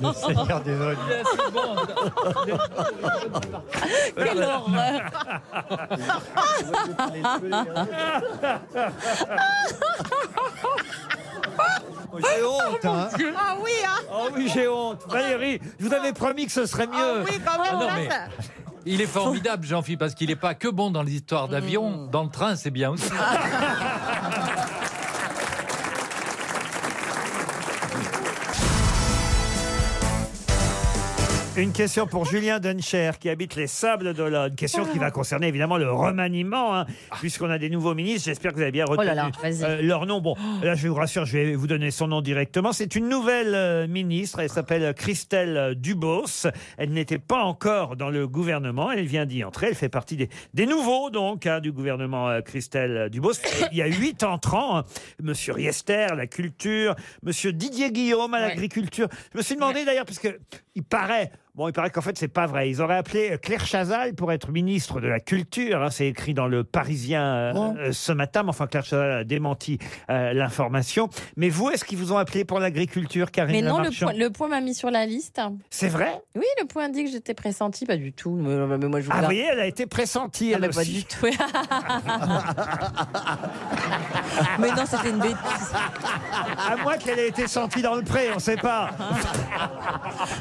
Le Seigneur des oignons. Quelle horreur Oh, J'ai honte, hein. Ah oui, hein Oh oui, j'ai honte. Valérie, je vous avais promis que ce serait mieux. Oui, bah quand même, Ah non, là, mais- ça- Il est formidable, Jean-Philippe, parce qu'il n'est pas que bon dans les histoires Mm. d'avion. Dans le train, c'est bien aussi. Une question pour Julien Duncher qui habite les Sables d'Olonne. Question qui va concerner évidemment le remaniement, hein, puisqu'on a des nouveaux ministres. J'espère que vous avez bien retenu Oh là là, vas-y. euh, leur nom. Bon, là, je vais vous rassurer, je vais vous donner son nom directement. C'est une nouvelle euh, ministre. Elle s'appelle Christelle Dubos. Elle n'était pas encore dans le gouvernement. Elle vient d'y entrer. Elle fait partie des, des nouveaux, donc, hein, du gouvernement euh, Christelle Dubos. Il y a huit entrants. hein. Monsieur Riester, la culture. Monsieur Didier Guillaume à l'agriculture. Je me suis demandé d'ailleurs, parce que il paraît, bon, il paraît qu'en fait, c'est pas vrai. Ils auraient appelé euh, Claire Chazal pour être ministre de la Culture. hein. c'est écrit dans le Parisien euh, euh, ce matin, mais enfin, Claire Chazal a démenti euh, l'information. Mais vous, est-ce qu'ils vous ont appelé pour l'agriculture, Karine Mais non, le Lamarchand point, le point m'a mis sur la liste. hein. C'est vrai Oui, le point dit que j'étais pressentie, pas du tout. Mais, mais moi, je vous Ah, vous la- voyez, elle a été pressentie. Ah, elle mais pas aussi. du tout. mais non, c'était une bêtise. À moins qu'elle ait été sentie dans le pré, on ne sait pas.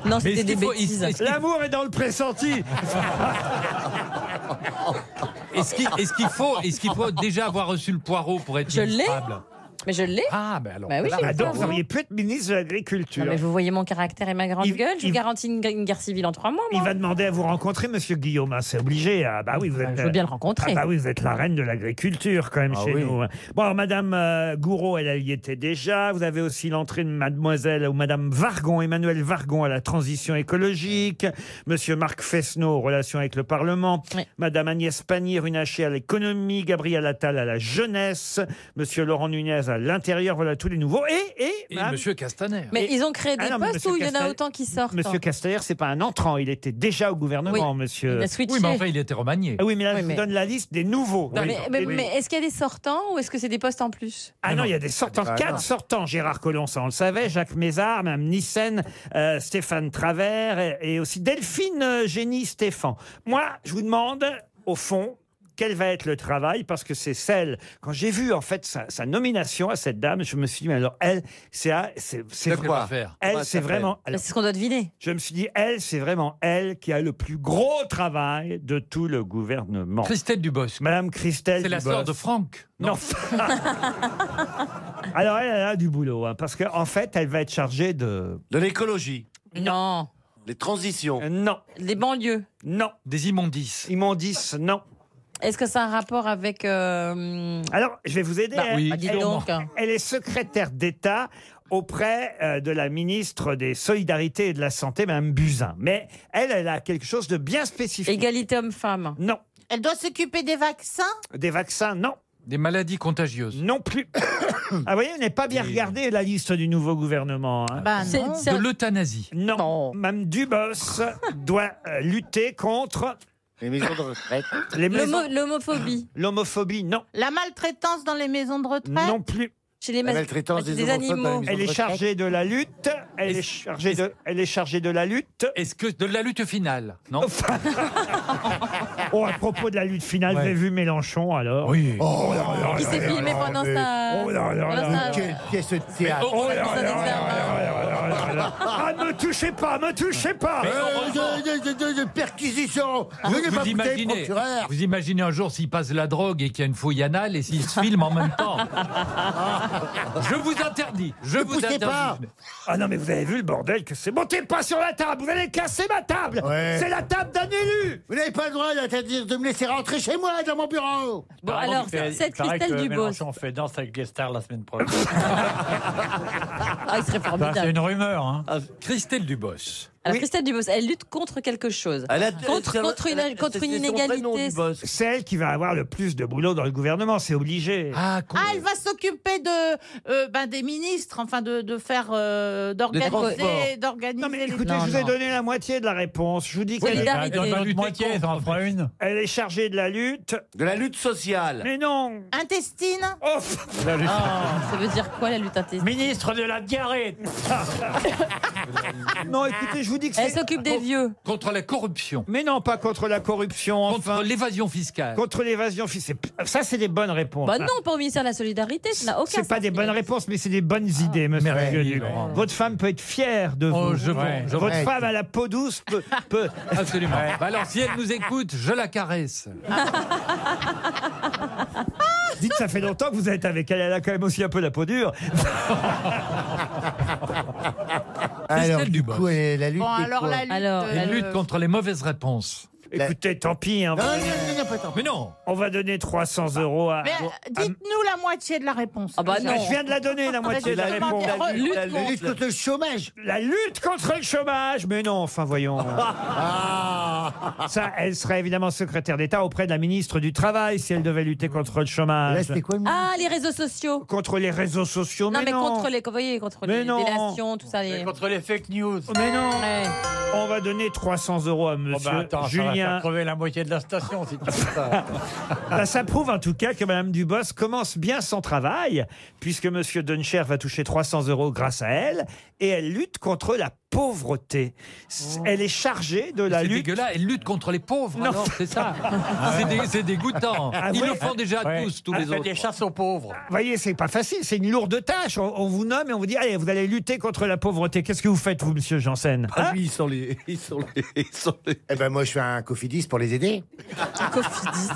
Non, c'était des bêtises. L'amour est dans le pressenti. Est-ce qu'il est-ce qu'il faut, est qu'il faut déjà avoir reçu le poireau pour être Je l'ai. ministrable Mais je l'ai. Ah, ben alors. Bah oui, voilà. j'ai eu le donc, poireau. vous auriez pu être ministre de l'Agriculture. Non, mais vous voyez mon caractère et ma grande Il- gueule. Je il- vous garantis une, une guerre civile en trois mois. Il moi. va demander à vous rencontrer, monsieur Guillaume. hein, c'est obligé. Ah, bah oui, vous êtes. je veux bien le rencontrer. Ah, bah oui, vous êtes la reine de l'agriculture, quand même, Ah chez oui. nous. hein. Bon, alors, madame euh, Gouraud, elle elle y était déjà. Vous avez aussi l'entrée de mademoiselle ou madame Vargon, Emmanuel Vargon à la transition écologique. Monsieur Marc Fesneau, aux relations avec le Parlement. Madame Agnès Pannier-Runacher à l'économie. Gabriel Attal à la jeunesse. Monsieur Laurent Nunez à l'intérieur. Voilà tous les nouveaux. Et, et, Et madame- Monsieur Castaner. Mais ils ont créé des Ah non, mais postes monsieur où il y en a Castel- autant qui sortent. Monsieur Castaner, c'est pas un entrant, il était déjà au gouvernement, Oui, monsieur. il a switché. Oui, mais enfin, il était remanié. Ah oui, mais là, je mais- vous donne la liste des nouveaux. Non, Oui. mais mais- Et- mais est-ce qu'il y a des sortants ou est-ce que c'est des postes en plus Ah non, il y a des sortants, Ah, quatre non. sortants. Gérard Collomb, ça on le savait, Jacques Mézard, Mme Nissen, euh, Stéphane Travers et, et aussi Delphine euh, Génie Stéphan. Moi, je vous demande, au fond, quel va être le travail Parce que c'est celle, quand j'ai vu en fait sa, sa nomination à cette dame, je me suis dit, mais alors elle, c'est à- c'est c'est Qu'est-ce qu'elle va quoi faire Elle, Comment c'est elle vraiment. s'appelle C'est ce qu'on doit deviner. Je me suis dit, elle, c'est vraiment elle qui a le plus gros travail de tout le gouvernement. Christelle Dubosc. Madame Christelle C'est la Dubosc. sœur de Franck. Non. Alors elle, elle a du boulot, hein, parce qu'en fait, elle va être chargée de... De l'écologie. Non. Les transitions. Euh, Non. Des banlieues. Non. Des immondices. Immondices, non. Est-ce que ça a un rapport avec. euh, Alors, je vais vous aider. Bah elle, oui. Ah, dis elle- donc. elle est secrétaire d'État auprès euh, de la ministre des Solidarités et de la Santé, Mme Buzyn. Mais elle, elle a quelque chose de bien spécifique. Égalité homme-femme. Non. Elle doit s'occuper des vaccins Des vaccins, non. Des maladies contagieuses. Non plus. ah, vous voyez, on n'est pas bien regardé la liste du nouveau gouvernement. hein. Bah C'est- non. c'est- De l'euthanasie. Non. Mme Dubos doit euh, lutter contre Les maisons de retraite. les maisons- l'homo- L'homophobie. l'homophobie. Non. La maltraitance dans les maisons de retraite Non plus. Chez les La mas- maltraitance des, des homophobes dans les animaux. maisons Elle de est retraite. chargée de la lutte. Elle est chargée de, elle est chargée de la lutte. Est-ce que de la lutte finale Non. Oh, à propos de la lutte finale, j'ai vu Mélenchon alors. Oui. Oh là là Qui là s'est là filmé là pendant là, sa. mais- Oh là là pendant là. sa- Quelle pièce de théâtre. pendant Oh, sa déclaration. Ah, ne me touchez pas, me touchez pas Euh, de, de, de, de perquisition Ah, Venez Vous pas me taper, imaginez, procureur vous imaginez un jour s'il passe la drogue et qu'il y a une fouille anale et s'il se filme en même temps. Je vous interdis. Je Ne vous poussez interdis. pas. Ah non, mais vous avez vu le bordel que c'est. Montez pas sur la table, vous allez casser ma table Ouais. C'est la table d'un élu Vous n'avez pas le droit d'interdire de me laisser rentrer chez moi, dans mon bureau Bon, Apparemment, alors, il fait- cette il paraît Christelle que Dubos. Mélenchon fait danse avec les stars la semaine prochaine. Ah, il serait Enfin, c'est formidable. une rumeur. Hein. Ah, Christelle Dubos. Alors, Christelle Dubos, elle lutte contre quelque chose. Elle a- Contre- elle- contre une- elle- contre c'est une son inégalité. prénom, du boss. C'est elle qui va avoir le plus de boulot dans le gouvernement, c'est obligé. Ah, con- Ah, elle va s'occuper de euh, ben, des ministres, enfin de, de faire euh, d'organiser, transports. d'organiser. non, mais les- écoutez, je vous ai donné la moitié de la réponse. Je vous dis Oui, qu'elle il a- Dans Solidarité. l'autre moitié, ça en fera une. elle est chargée de la lutte. De la lutte sociale. Mais non Intestines. Oh, Ah, Ça veut dire quoi la lutte intestine Ministre de la diarrhée. Ah, Non, écoutez, je vous dis que Elle c'est. s'occupe des vieux. contre la corruption. Mais non, pas contre la corruption, Contre enfin. l'évasion fiscale. Contre l'évasion fiscale. Ça, c'est des bonnes réponses. Bah hein. non, pas au ministère de la Solidarité, ça n'a aucun C'est pas des sens. Ah. bonnes réponses, mais c'est des bonnes idées, monsieur merci, Gueluc. Laurent. Votre femme peut être fière de vous. Oh, je Ouais. vends, je vends. Votre femme à la peau douce peut. peut- Absolument. Bah alors, si elle nous écoute, je la caresse. Dites, ça fait longtemps que vous êtes avec elle. Elle a quand même aussi un peu la peau dure. Alors, du Dubos. coup, elle est la lutte Bon, des alors quoi la lutte. Alors, euh, Elle lutte contre les mauvaises réponses. La- Écoutez, tant pis. hein, Non, non, non, non, pas tant. Mais non On va donner 300 euros à. Mais euh, dites-nous la moitié de la réponse. Ah bah Ah, non. je viens de la donner, la moitié de la La réponse. lutte- la lutte- La lutte contre le chômage La lutte contre le chômage. Mais non, enfin, voyons. Ça, elle serait évidemment secrétaire d'État auprès de la ministre du Travail si elle devait lutter contre le Là, chômage. c'était quoi le Ah, les réseaux sociaux. Contre les réseaux sociaux. Non, mais, non. contre les, vous voyez, contre Mais les non. délations, tout ça. Les... Contre les fake news. Mais non. Ouais. On va donner 300 euros à Oh monsieur bah attends, ça va faire Julien. crever la moitié de la station si tu fais ça. Bah, ça prouve en tout cas que madame Dubos commence bien son travail, puisque monsieur Duncher va toucher 300 euros grâce à elle, et elle lutte contre la pauvreté. S- Elle est chargée de la Oh. C'est lutte. dégueulasse, elle lutte contre les pauvres, Non. alors, c'est ça. C'est dé- C'est dégoûtant. Ah Ils ouais. le font déjà Ouais. tous, tous Elle les fait autres. des chasses aux pauvres. Vous voyez, c'est pas facile, c'est une lourde tâche. On, on vous nomme et on vous dit, allez, vous allez lutter contre la pauvreté. Qu'est-ce que vous faites, vous, monsieur Janssen Hein lui, Ah, ils sont les. Ils sont les. Ils sont les... Eh ben, moi, je fais un cofidis pour les aider. Cofidis.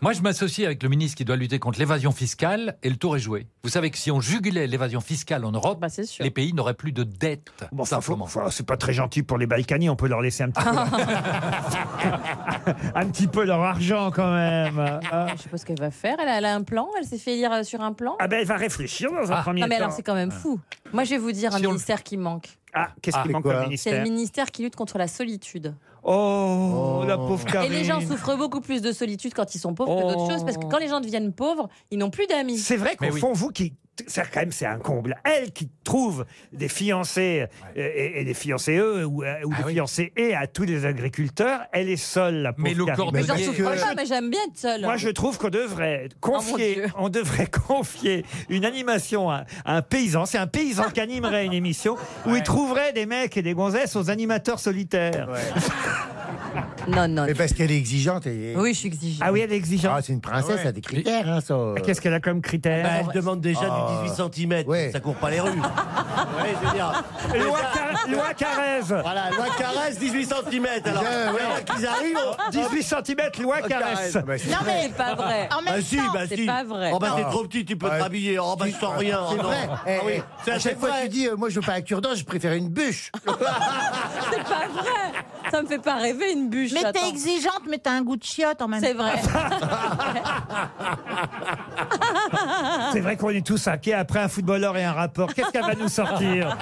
Moi, je m'associe avec le ministre qui doit lutter contre l'évasion fiscale et le tour est joué. Vous savez que si on jugulait l'évasion fiscale en Europe, Bah, c'est sûr. les pays n'auraient plus de dettes, Bon, enfin, faut- simplement. faut- c'est pas très gentil pour les Balkany, on peut leur laisser un petit peu, un petit peu leur argent quand même. Hein Ah, Je sais pas ce qu'elle va faire. Elle a, elle a un plan. Elle s'est fait lire euh, sur un plan. Ah ben elle va réfléchir dans un Ah. premier non, mais temps. alors c'est quand même fou. Moi, je vais vous dire un Si on le- ministère qui manque. Ah, qu'est-ce Ah, qui c'est manque quoi au C'est ministère le ministère qui lutte contre la solitude. oh, Oh. la pauvre Karine. Et les gens souffrent beaucoup plus de solitude quand ils sont pauvres que d'autres Oh. choses, parce que quand les gens deviennent pauvres, ils n'ont plus d'amis. C'est vrai qu'au Mais oui. fond, vous qui... C'est quand même c'est un comble. Elle qui trouve des fiancés euh, et, et des fiancés eux ou, euh, ou Ah des oui. fiancés et à tous les agriculteurs, elle est seule la pauvre Mais le Karine. corps des- Mais euh, j'en parce souffre que- pas, mais j'aime bien être seule. Moi, je trouve qu'on devrait Oh, confier, mon Dieu. on devrait confier une animation à, à un paysan. C'est un paysan qui animerait une émission où il trouverait des mecs et des gonzesses aux animateurs solitaires. Non, non. Mais parce qu'elle est exigeante. Oui, je suis exigeante. Ah oui, elle est exigeante. Ah, c'est une princesse, elle a des critères, hein, ça. Ah Qu'est-ce qu'elle a comme critère Ah Bah, elle demande déjà Oh. du 18 cm, ça court pas les rues. ouais, je veux dire. Loi, Car- loi Carrez. Voilà, loi Carrez, 18 cm. Alors, Je- ouais. alors qu'ils arrivent. hein. on- 18 cm, loi Carrez. Ah, bah, si. Non, mais- C'est pas vrai. en même bah, si, temps, bah, c'est si. pas vrai. Oh, bah, t'es Non. trop petit, tu peux te rhabiller. Oh, bah, je sens rien. C'est oh, non. vrai. Ah, Eh, oui. eh, Ça, à c'est chaque fois, vrai. Ah, tu dis, euh, moi, je veux pas un cure-dent, je préfère une bûche. C'est pas vrai. Ça me fait pas rêver une bûche. Mais t'es attends. exigeante, mais t'as un goût de chiotte en même temps. C'est vrai. C'est vrai qu'on est tous inquiets après un footballeur et un rapport. Qu'est-ce qu'elle va nous sortir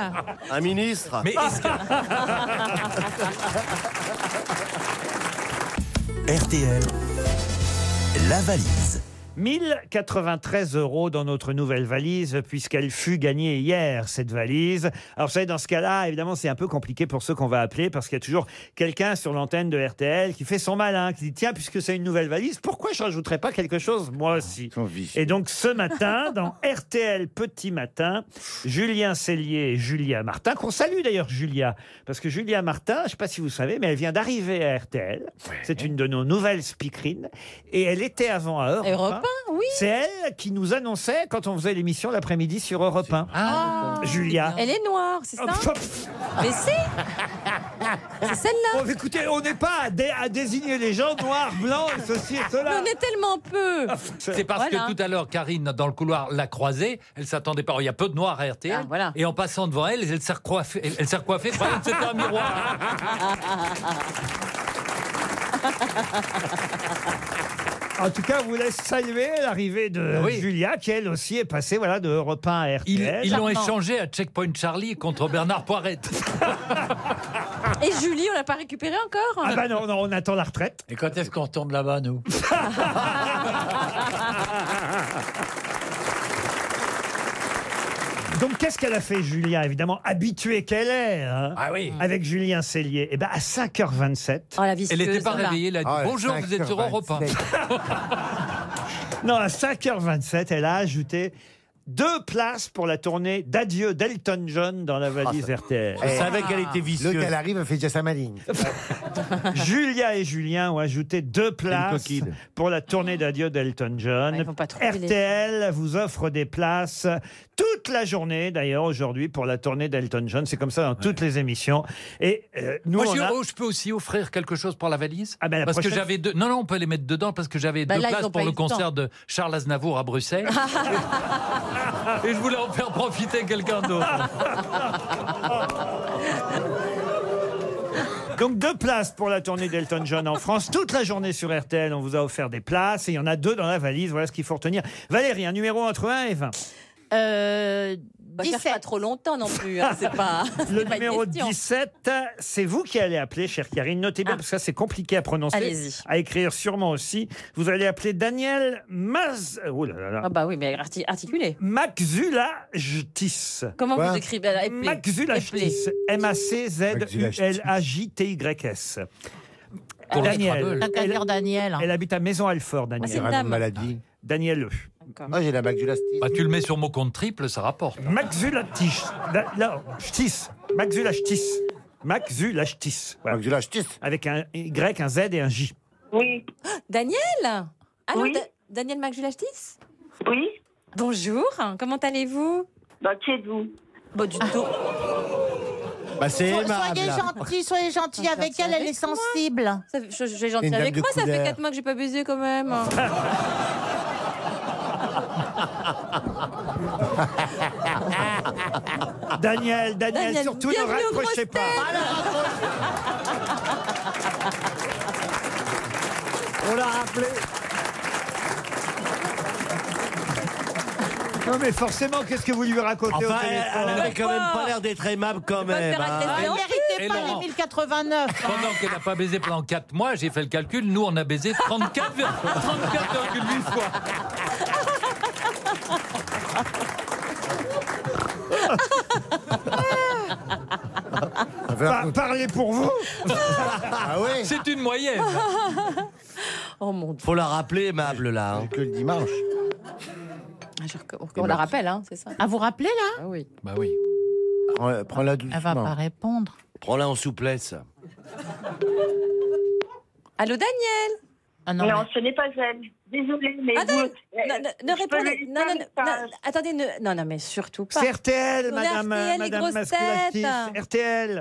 Un ministre. Mais est-ce que- RTL, la valise. 1093 euros dans notre nouvelle valise, puisqu'elle fut gagnée hier, cette valise. Alors, vous savez, dans ce cas-là, évidemment, c'est un peu compliqué pour ceux qu'on va appeler, parce qu'il y a toujours quelqu'un sur l'antenne de RTL qui fait son malin, qui dit Tiens, puisque c'est une nouvelle valise, pourquoi je rajouterais pas quelque chose moi aussi Et donc, ce matin, dans RTL Petit Matin, Julien Cellier et Julia Martin, qu'on salue d'ailleurs, Julia, parce que Julia Martin, je ne sais pas si vous savez, mais elle vient d'arriver à RTL. C'est une de nos nouvelles speakerines, et elle était avant à Europe Europe un, oui. c'est elle qui nous annonçait quand on faisait l'émission l'après-midi sur Europe 1. Ah. Julia. Elle est noire, c'est Ah, ça bah, Mais si C'est celle-là. Oh, écoutez, on n'est pas à, dé- à désigner les gens noirs, blancs, ceci et Mais cela. on est tellement peu. C'est parce que tout à l'heure, Karine, dans le couloir, l'a croisée. Elle s'attendait pas. Il y a peu de noirs à RTL. Ah, voilà. Et en passant devant elle, elle s'est recoiffée. Elle, elle s'est recoiffée. croyant que c'était un miroir. En tout cas, on vous laisse saluer l'arrivée de Ah Oui. Julia, qui elle aussi est passée voilà, de Europe 1 à Ils- RTL. Ils l'ont échangé à Checkpoint Charlie contre Bernard Poirette. Et Julie, on l'a pas récupérée encore Ah bah non, non, on attend la retraite. Et quand est-ce qu'on retombe là-bas, nous Donc qu'est-ce qu'elle a fait, Julia Évidemment, habituée qu'elle est. hein, Ah oui. Avec Julien Cellier. Et ben à 5h27. Oh, la visseuse. Elle n'était pas voilà. réveillée. Elle a dit Ah ouais, Bonjour, vous êtes sur Europe 1. Non, à 5h27, elle a ajouté deux places pour la tournée d'adieu d'Elton John dans la valise RTL. Ah, Eh. Je savais qu'elle Ah. était vicieuse. Ah, bah, L'autre, elle Eh. Ah. arrive, elle fait déjà sa maline. Julia et Julien ont ajouté deux places coquine. pour la tournée d'adieu d'Elton John. Ouais, ils vont pas trouver les- RTL vous offre des places toute la journée, d'ailleurs, aujourd'hui, pour la tournée d'Elton John. C'est comme ça dans toutes les émissions. Et euh, nous, Moi, on je, a- oh, je peux aussi offrir quelque chose pour la valise Ah ben, la Parce prochaine- que j'avais deux. Non, non, on peut les mettre dedans parce que j'avais Bah, deux là, ils places ont pas pour eu le le temps. concert de Charles Aznavour à Bruxelles. Et je voulais en faire profiter quelqu'un d'autre. Donc deux places pour la tournée d'Elton John en France. Toute la journée sur RTL, on vous a offert des places. Et il y en a deux dans la valise. Voilà ce qu'il faut retenir. Valérie, un numéro entre 1 et 20. Euh, Bah, cherche 17. pas trop longtemps non plus. hein, C'est pas. Le c'est pas une numéro question. Ah. 17, c'est vous qui allez appeler, chère Karine. Notez bien, parce que ça, c'est compliqué à prononcer. Allez-y. À écrire sûrement aussi. Vous allez appeler Daniel Maz... Oh là là là. Ah bah oui, mais arti- articulé. Maxulajtis. Comment Quoi vous écrivez bah, appelez. Appelez. Maxulajtis. M-A-C-Z-U-L-A-J-T-Y-S. Pour le Daniel. Scrabble. T'as qu'à Elle, dire Daniel. elle habite à Maison-Alfort, Daniel. Ah, c'est- Vraiment dame. maladie. Daniel Le. Moi, j'ai la bague du lastique. Bah, tu le mets sur mon compte triple, ça rapporte. Maxulajtis. Da- là, Jtis. Maxulajtis. Maxulajtis. Voilà. Bague du lastique. Avec un Y, un Z et un J. Oui, Daniel Allô, Oui. Da- Daniel Macgulachtis oui. Bonjour, comment allez-vous Bah, qui êtes-vous Bon, du tout. Bah, c'est So- aimable. Soyez gentil, soyez gentil Ah, avec gentil elle, elle est avec moi. sensible. Ça fait- Je, je vais gentil Une dame avec de moi, ça fait couleur. Ah, 4 mois que j'ai pas baisé quand même. Daniel, Daniel, Daniel, surtout ne bienvenue aux grosses raccrochez pas. On l'a rappelé. Non mais forcément, qu'est-ce que vous lui racontez au Enfin, elle, téléphone elle avait quand Pourquoi même pas l'air d'être aimable quand eh pas même. ben, faire hein. agresser. Elle non. méritait Et pas les Laurent. 1089. Pendant qu'elle n'a pas baisé pendant 4 mois, j'ai fait le calcul, nous on a baisé 34 34,8 fois. Par- Parlez pour vous. Ah ouais C'est une moyenne. Oh mon dieu, Faut la rappeler aimable là. hein. Que le dimanche. Ah, Je rec- on, Eh ben. on la rappelle, hein, c'est ça À Ah, vous rappeler là Ah oui. Bah oui. Prends- Prends-la euh, doucement. répondre. Ah. Prends-la en souplesse. Allô, Daniel Ah non, Non, mais- ce n'est pas elle. Désolée, mais Ah, vous- non, euh, non, ne je peux répondez. lui Non, non, non, faire- non, attendez, ne- non, non, mais surtout pas. C'est RTL, On a madame, euh, RTL, les madame grosses Masculakis. têtes. RTL.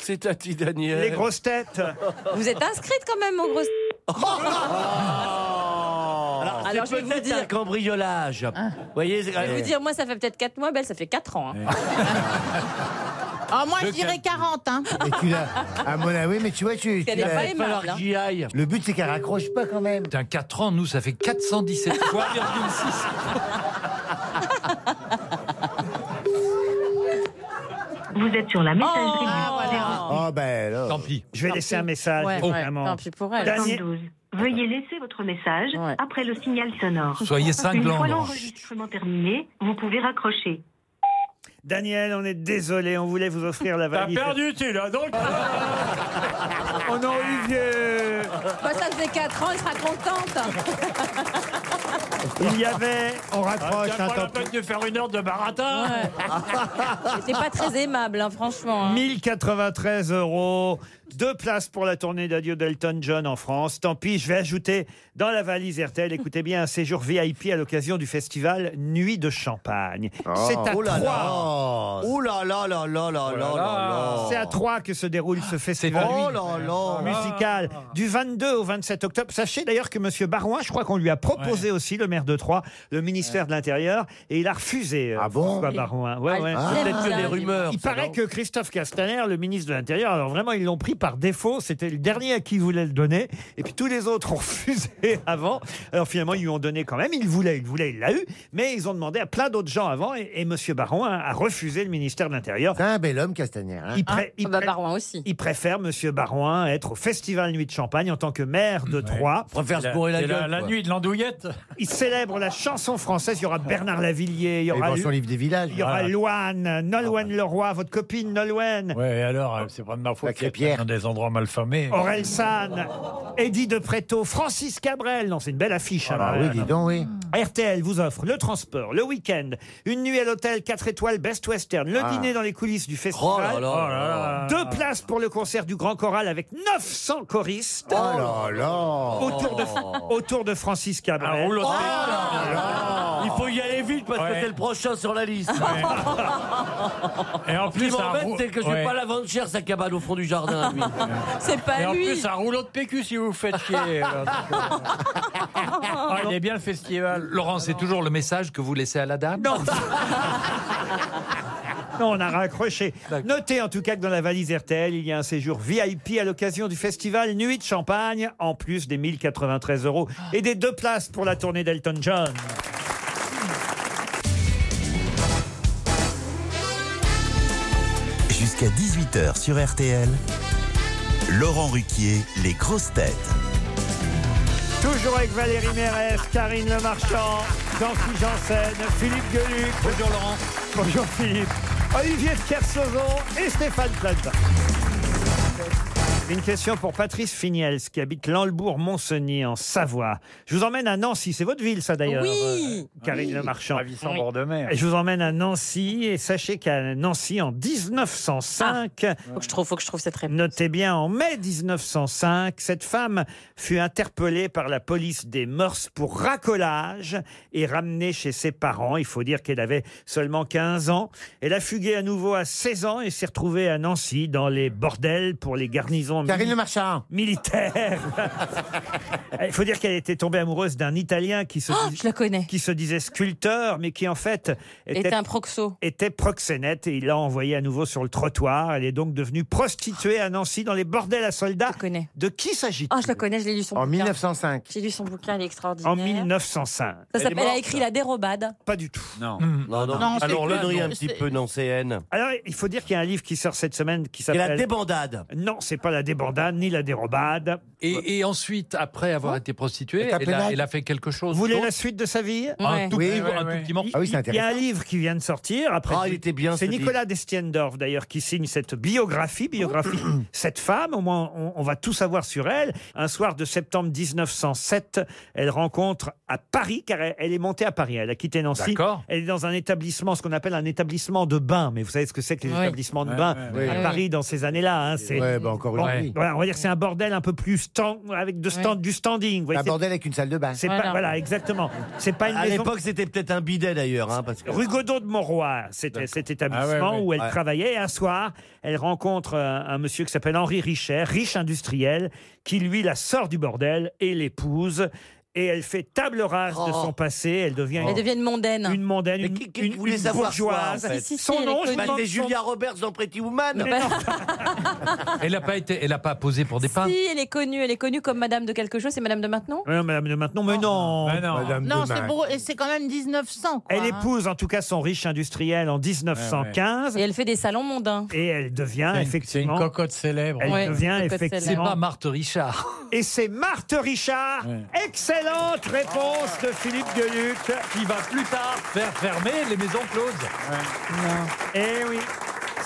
C'est Tati Daniel. Les grosses têtes. Vous êtes inscrite quand même aux grosses Alors, Alors, je c'est vais vous peut-être dire- un cambriolage. Ah. Vous voyez, c'est- Je vais vous dire, moi, ça fait peut-être 4 mois, Belle, ça fait 4 ans. hein. Ah, moi, je Le dirais 40, hein. Et tu l'as. À mon avis, mais tu vois, tu. Parce tu qu'elle est l'as- pas aimable, hein. Le but, c'est qu'elle raccroche pas quand même. Putain, 4 ans, nous, ça fait 417 fois, Ah, virgule six. Vous êtes sur la messagerie du Oh, ben alors. Tant pis. Ah, Je vais laisser un message, Ouais, ouais, évidemment. tant pis pour elle. Daniel- 72. Veuillez laisser votre message après le signal sonore. Soyez Une cinglants, fois Laurent. l'enregistrement terminé, vous pouvez raccrocher. Daniel, on est désolé, on voulait vous offrir la T'as valise. perdu, tu là, donc Oh non, Olivier Bah, ça faisait 4 ans, elle sera contente. Il y avait, on raccroche, Ah, hein, t'as pas tant la peine de faire une heure de baratin C'était pas très aimable, hein, franchement. hein. 1093 euros, deux places pour la tournée d'adieu d'Elton John en France. Tant pis, je vais ajouter dans la valise RTL, écoutez bien, un séjour VIP à l'occasion du festival Nuit de Champagne. C'est à Oh là Troyes. là Oh là là là là là là là là Oh C'est à Troyes que se déroule ce festival Oh là là musical du 22 au 27 octobre. Sachez d'ailleurs que Monsieur Barouin, je crois qu'on lui a proposé aussi le maire de Troyes, le ministère de l'Intérieur, et il a refusé. Ah bon Barouin. Ouais, Ah, ouais. il aime Peut-être que ça. des rumeurs. Il ça, paraît non que Christophe Castaner, le ministre de l'Intérieur, alors vraiment, ils l'ont pris par défaut. C'était le dernier à qui il voulait le donner. Et puis tous les autres ont refusé avant. Alors finalement, ils lui ont donné quand même. Il voulait, il voulait, il l'a eu. Mais ils ont demandé à plein d'autres gens avant. Et, et Monsieur Baron a, a refusé le ministère de l'Intérieur. C'est un bel homme, Castaner. hein. Il, pré- il Ah, bah, pré- Barouin aussi. il préfère, Monsieur Barouin, être au Festival Nuit de Champagne en tant que maire de Troyes. On préfère se bourrer la C'est gueule. la, la quoi. nuit de l'andouillette Il célèbre la chanson française. Il y aura Bernard Lavillier, il y Et aura, dans son livre des villages. il y aura Loane, Nolwenn Leroy, votre copine Nolwenn. Ouais, et alors, euh, c'est pas de ma faute. Sacré qu'il y a Pierre. Dans des endroits mal famés. Aurel San, Eddie de Préto, Francis Cabrel. Non, c'est une belle affiche. hein, Ah là. oui, dis donc, oui. RTL vous offre le transport, le week-end, une nuit à l'hôtel 4 étoiles Best Western, Ah. le dîner dans les coulisses du festival. Oh là là Oh là là. Deux places pour le concert du Grand Choral avec 900 Oh choristes là là Oh. autour, de, autour de Francis Ah, Un Cabrel. Oh rouleau de- Il faut y aller vite parce Ouais. que c'est le prochain sur la liste. Et en Ce qui plus, un m'embête, rou- c'est que je ouais. vais pas la vendre cher, sa cabane au fond du jardin. lui. C'est Et pas en lui. plus, un rouleau de PQ si vous vous faites chier. alors. Ah, il est bien le festival. Laurent, c'est toujours le message que vous laissez à la dame Non. Non, on a raccroché. Notez en tout cas que dans la valise RTL, il y a un séjour VIP à l'occasion du festival Nuit de Champagne, en plus des 1093 euros et des deux places pour la tournée d'Elton John. Jusqu'à 18h sur RTL. Laurent Ruquier, les grosses têtes. Toujours avec Valérie Mérès, Karine Le Marchand, Jean-Philippe Janssen, Philippe Gueluc. Bonjour Laurent. Bonjour Philippe. Olivier de Kersauzon et Stéphane Plaza. Une question pour Patrice Finiels qui habite Lanlebourg-Monsonnier en Savoie. Je vous emmène à Nancy, c'est votre ville ça d'ailleurs. Oui. euh, Karine Le Marchand. Ravissant bord de mer. Je vous emmène à Nancy et sachez qu'à Nancy en 1905, Ah. Faut que je trouve, faut que je trouve cette réponse. Notez bien, en mai 1905, cette femme fut interpellée par la police des mœurs pour racolage et ramenée chez ses parents. Il faut dire qu'elle avait seulement 15 ans. Elle a fugué à nouveau à 16 ans et s'est retrouvée à Nancy dans les bordels pour les garnisons Karine mili- Le Marchand militaires. Il Euh, faut dire qu'elle était tombée amoureuse d'un Italien qui se, Oh, dis- je la connais. qui se disait sculpteur, mais qui en fait Elle était un proxo. était proxénète et il l'a envoyée à nouveau sur le trottoir. Elle est donc devenue prostituée à Nancy dans les bordels à soldats. Je la connais. De qui s'agit-il Ah, je la connais, je l'ai lu son Oh. En bouquin. 1905. J'ai lu son bouquin, il est extraordinaire. En Ça 1905. Elle est s'appelle, elle a morte. écrit La dérobade. Pas du Ah, tout. Non. Non, non. Non, c'est Alors, que- le drille un c'est- petit peu, non, c'est haine. Alors, il faut dire qu'il y a un livre qui sort cette semaine qui Et la s'appelle. débandade. Non, c'est pas la débandade ni la dérobade. Hein Et, et ensuite, après avoir été prostituée, Elle t'a elle a, pénal. elle a fait quelque chose. Vous voulez d'autre la suite de sa vie Ouais. un, tout, Oui, petit- ouais, un ouais. tout petit morceau. Ah oui, c'est Il y a intéressant. un livre qui vient de sortir. Après, Ah, il était bien, C'est ce Nicolas Destiendorf d'ailleurs qui signe cette biographie, biographie cette femme. Au moins, on, on va tout savoir sur elle. Un soir de septembre 1907, elle rencontre à Paris, car elle, elle est montée à Paris. Elle a quitté Nancy. D'accord. Elle est dans un établissement, ce qu'on appelle un établissement de bain. Mais vous savez ce que c'est que les Oui. établissements de Ouais, bain ouais, à ouais. Paris dans ces années-là. hein, c'est Ouais, bah encore une Bande fois. oui. Voilà, on va dire que c'est un bordel un peu plus stand, avec de stand, du standing. Un bordel avec une salle de bain. C'est pas, Voilà. voilà, exactement. C'est pas une À maison- l'époque, C'était peut-être un bidet d'ailleurs. hein, parce que... Rue Godot de Moroy, c'était cet établissement Ah ouais, ouais. où elle Ouais. travaillait. Et un soir, elle rencontre un, un monsieur qui s'appelle Henri Richer, riche industriel, qui lui la sort du bordel et l'épouse. Et elle fait table rase Oh. de son passé. Elle devient, Elle devient une mondaine. Oh. une mondaine, une, une- voulait une savoir quoi, bourgeoise. en fait Si, si, son elle est nom, je connue. demande C'était son- Julia Roberts dans Pretty Woman. Elle n'a pas été, elle a pas posé pour des pains. Si, elle est connue, elle est connue comme Madame de quelque chose, c'est Madame de maintenant Ouais, madame de maintenant, mais non, madame Non, c'est beau, et c'est quand même 1900. Quoi, Elle hein. épouse en tout cas son riche industriel en 1915 Et elle fait des salons mondains. et elle devient C'est une- Hein, effectivement. c'est une cocotte célèbre. Elle Ouais, devient cocotte effectivement. célèbre. C'est pas Marthe Richard. Et c'est Marthe Richard. Excellente réponse de Philippe Gueluc. Qui va plus tard faire fermer les maisons closes. Eh oui.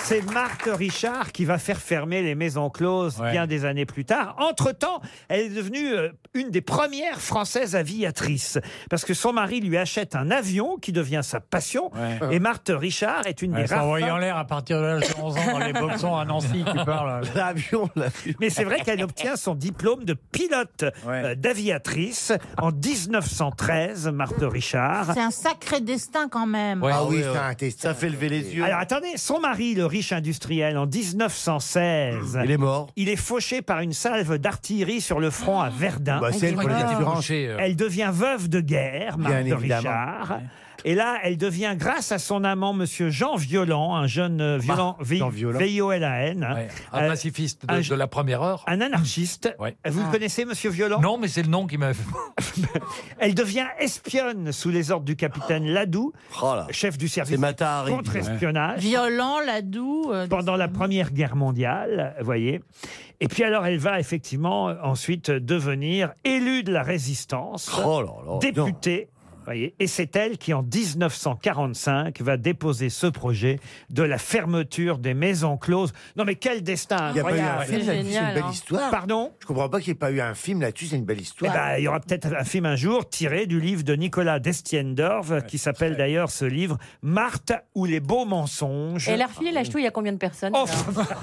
C'est Marthe Richard qui va faire fermer les maisons closes bien des années plus tard. Entre-temps, elle est devenue euh, une des premières Françaises aviatrices. Parce que son mari lui achète un avion qui devient sa passion. Et Marthe Richard est une Elle des s'est rares. envoyée femmes- en l'air à partir de l'âge de 11 ans dans les boxons à Nancy, tu parles. L'avion, Mais c'est vrai qu'elle obtient son diplôme de pilote euh, d'aviatrice en 1913, Marthe Richard. C'est un sacré destin quand même. Ah, Ah Ah ça fait lever les yeux. Alors attendez, son mari, le riche industriel, en 1916. Il est mort. Il est fauché par une salve d'artillerie sur le front à Verdun. Bah, c'est elle pour les Ah. assurances. Fauché, euh. Elle devient veuve de guerre, Bien Marthe évidemment. Richard. Et là, elle devient, grâce à son amant, monsieur Jean Violent, un jeune euh, violent, V- Jean Violent. V-I-O-L-A-N, hein, Ouais, Euh, un pacifiste de, un je- de la première heure. un anarchiste. Vous Ah. le connaissez, monsieur Violent Non, mais c'est le nom qui m'a. Elle devient espionne sous les ordres du capitaine Ladoux, Oh chef du service Matahari. contre-espionnage. Violent, Ladoux. euh, pendant la Première Guerre mondiale, vous Euh, voyez. Et puis alors, elle va effectivement euh, ensuite devenir élue de la résistance, Oh là là, députée. vous Voyez. Et c'est elle qui, en 1945, va déposer ce projet de la fermeture des maisons closes. Non, mais quel destin Il n'y a pas eu un incroyable film là-dessus, c'est une belle hein. histoire. Pardon Je comprends pas qu'il n'y ait pas eu un film là-dessus, c'est une belle Eh histoire. ben, il y aura peut-être un film un jour tiré du livre de Nicolas Destiendorf, qui s'appelle d'ailleurs ce livre Marthe ou les beaux mensonges. Et elle a refilé la ch'touille il y a combien de personnes Oh, alors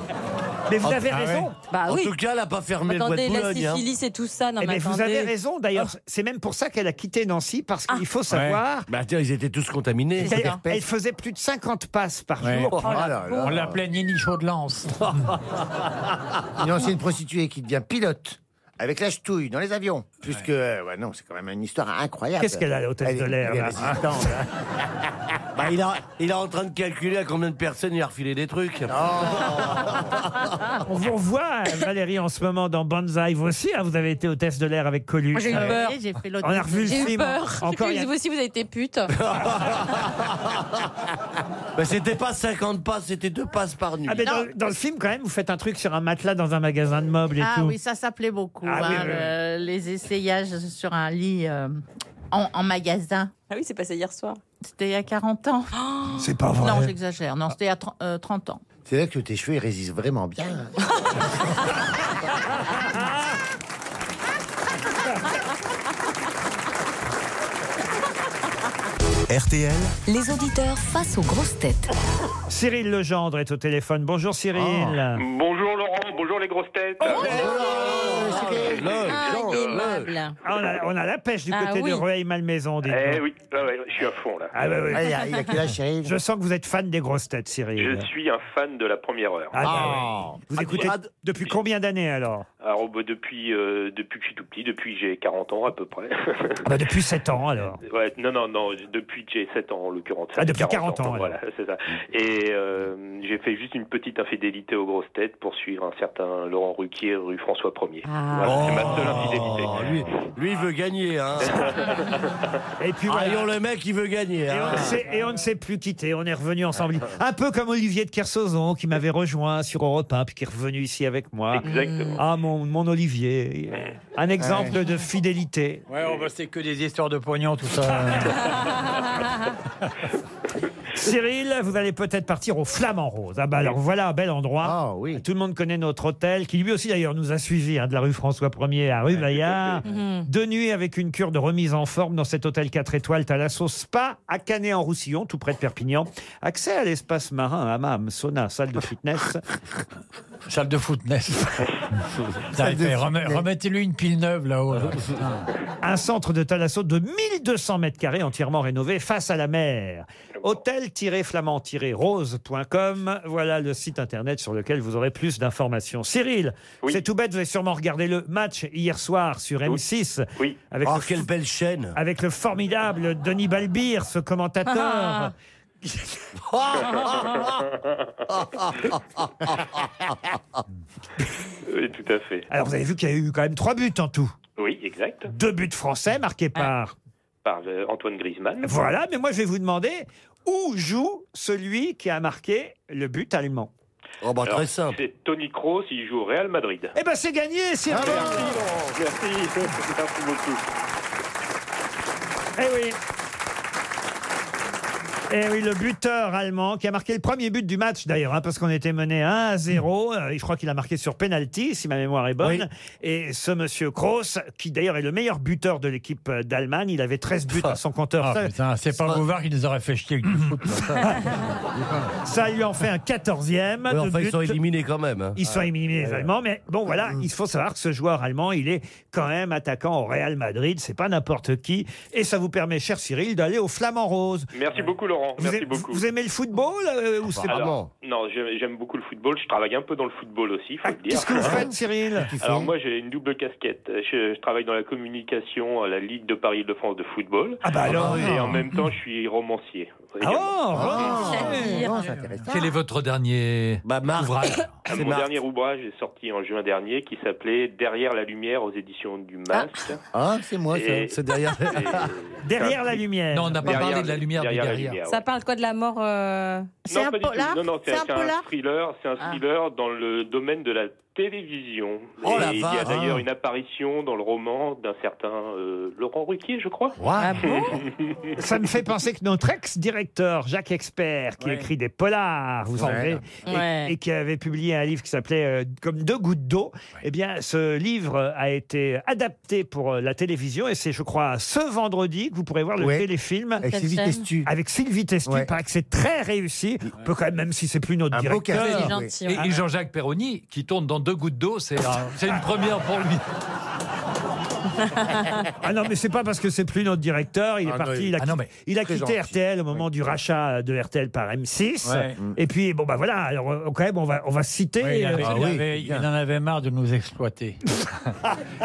Bah Mais vous Ah, avez ah raison. ouais. En tout cas, elle n'a pas fermé Attendez, le bois de la Boulogne. hein. syphilis et tout ça, non Eh mais ben, vous attendez. Oh. Ah. avez raison. D'ailleurs, c'est même pour ça qu'elle a quitté Nancy, parce qu'il faut savoir. Bah, tiens, ils étaient tous contaminés. qu'elle- Elle faisait plus de 50 passes par Ouais. jour. Oh là là. On l'appelait Nini Chaud de Lance. Une ancienne prostituée qui devient pilote. Avec la ch'touille dans les avions. Puisque, euh, ouais, non, c'est quand même une histoire incroyable. Qu'est-ce qu'elle a, l'hôtesse Elle est- de l'air, elle est là résistante, hein. Bah, il, a- il est en train de calculer à combien de personnes il a refilé des trucs. On vous voit, Valérie, en ce moment dans Banzai. Vous aussi, hein, vous avez été hôtesse de l'air avec Coluche. Moi, Oh, j'ai eu Euh, peur. J'ai fait l'autre. On a revu le J'ai eu film. peur. Encore il y a- Vous aussi, vous avez été pute. Bah, c'était pas 50 passes, c'était deux passes par nuit. Ah, mais dans, dans le film, quand même, vous faites un truc sur un matelas dans un magasin de meubles et Ah tout. oui, ça s'appelait beaucoup. Ah oui, hein, oui, le- Les essayages sur un lit euh, en, en magasin. Ah oui, c'est passé hier soir. C'était il y a 40 ans. C'est pas Non, j'exagère. Non, c'était il y a tren- euh, 30 ans. C'est là que tes cheveux, ils résistent vraiment bien. RTL, Les auditeurs face aux grosses têtes. Cyril Legendre est au téléphone. Bonjour Cyril. Ah. Oh, Bonjour Laurent, bonjour les grosses têtes. Ingaimable. Ah, on, a, on a la pêche du Ah côté oui. de Rueil-Malmaison. dites Eh donc. oui, ah ouais, je suis à fond là. Ah, ouais, ouais. Allez, il a que là, Cyril. Je sens que vous êtes fan des grosses têtes, Cyril. Je suis un fan de la première heure. Ah, bah ouais. Vous Ah, écoutez ah, depuis combien d'années alors Alors bah, depuis, euh, depuis que je suis tout petit, depuis que j'ai 40 ans à peu près. Ah bah, Depuis 7 ans alors. Ouais, non, non, non, depuis que j'ai 7 ans en l'occurrence. Ça Ah, fait depuis 40 ans, Voilà, c'est ça. Et euh, j'ai fait juste une petite infidélité aux grosses têtes pour suivre un certain Laurent Ruquier, rue François 1er. Ah. Voilà, c'est ma seule Oh, infidélité. lui, lui, il veut gagner. Hein. Et puis Ah, voilà. et on le mec, il veut gagner. Et Ah. hein. on, ne s'est- et on ne s'est plus quitté, on est revenu ensemble. Un peu comme Olivier de Kersauzon qui m'avait rejoint sur Europe 1 puis qui est revenu ici avec moi. Exactement. Ah mon, mon Olivier, un exemple de fidélité. Ouais, on va c'est que des histoires de pognon, tout ça. Cyril, vous allez peut-être partir au Flamand Rose. Ah bah alors voilà un bel endroit. Ah oui. Tout le monde connaît notre hôtel, qui lui aussi d'ailleurs nous a suivis, hein, de la rue François 1er à rue Bayard. Deux nuits avec une cure de remise en forme dans cet hôtel 4 étoiles Thalasso Spa à Canet-en-Roussillon, tout près de Perpignan. Accès à l'espace marin, hammam, sauna, salle de fitness. Salle de footness. Salle de Remet- footness. Remettez-lui Ah ben, une pile neuve là-haut. Ah, là. Un centre de Thalasso de 1200 mètres carrés entièrement rénové face à la mer. Hôtel-flamand-rose.com, voilà le site internet sur lequel vous aurez plus d'informations. Cyril, c'est tout bête, vous avez sûrement regardé le match hier soir sur M6. Oui. Avec Oh, le- quelle belle chaîne Avec le formidable Denis Balbir, ce commentateur. Oui, tout à fait. Alors vous avez vu qu'il y a eu quand même trois buts en tout. Oui, exact. Deux buts français marqués par... Par euh, Antoine Griezmann. Voilà, mais moi je vais vous demander où joue celui qui a marqué le but allemand. Oh, bah, Alors, très simple. C'est Tony Kroos, il joue au Real Madrid. Eh ben c'est gagné, c'est Ah, Ah, Merci, Laurent. Merci. Merci beaucoup. Eh oui. Eh oui, le buteur allemand qui a marqué le premier but du match d'ailleurs, hein, parce qu'on était mené 1 à 0. Euh, je crois qu'il a marqué sur penalty, si ma mémoire est bonne. Et ce monsieur Kroos, qui d'ailleurs est le meilleur buteur de l'équipe euh, d'Allemagne, il avait 13 buts à son compteur. Ah, Ça- putain, c'est pas Bouvard qui nous aurait fait chier avec du foot. là. Ça lui en fait un 14e. Ouais, de enfin, ils but. sont éliminés quand même. hein. Mm. Ils sont éliminés les Allemands, mais bon voilà, il faut savoir que ce joueur allemand, il est quand même attaquant au Real Madrid, c'est pas n'importe qui, et ça vous permet, cher Cyril, d'aller au Flamand Rose. Merci beaucoup, Laurent. Vous, Merci aimez, beaucoup. vous aimez le football Ah, euh, ou c'est pas Alors, Non, j'aime j'aime beaucoup le football. Je travaille un peu dans le football aussi, faut le dire. Ah, Qu'est-ce que vous faites, Cyril Alors moi, j'ai une double casquette. Je, je travaille dans la communication à la Ligue de Paris de France de football. Ah bah alors Ah, oh Et en même temps, je suis romancier. Ah, Ah. Quel est votre dernier Bah, ouvrage Ah, Mon dernier ouvrage est sorti en juin dernier, qui s'appelait Derrière la lumière aux éditions du Masque. Ah, c'est moi, ça. Et- C'est derrière. Et- Derrière la lumière. Non, on n'a pas Derrière parlé la- de la lumière derrière la du derrière. lumière, ouais. Ça parle quoi de la mort euh, C'est Non, un pas du tout. polar Non, non, c'est C'est un c'est polar un thriller. C'est un Ah. thriller dans le domaine de la télévision. Oh, Et la il y a vache. d'ailleurs Ah. une apparition dans le roman d'un certain euh, Laurent Ruquier, je crois. Ah Ça me fait penser que notre ex-directeur, Jacques Expert, qui écrit des polars, vous savez, et, Ouais. et qui avait publié un livre qui s'appelait euh, Comme deux gouttes d'eau, eh bien, ce livre a été adapté pour euh, la télévision et c'est, je crois, ce vendredi que vous pourrez voir le Ouais. téléfilm. Avec Quelle Sylvie chaîne Testu. Avec Sylvie Testu, Ouais. il paraît que c'est très réussi. On peut quand même, même si c'est plus notre Un beau directeur. café. C'est Ah, gentil. Et, ouais. et Jean-Jacques Perroni, qui tourne dans deux gouttes d'eau, c'est un- c'est une première pour lui. Ah non, mais c'est pas parce que c'est plus notre directeur. Il est Ah parti. non, il a, ah non, qui- mais il a très quitté gentil. RTL au moment du rachat de RTL par M6. Ouais. Et puis, bon, bah voilà. Alors, euh, quand même, on va, on va citer. Ah Oui, il, avait- euh, il avait- il en avait marre de nous exploiter.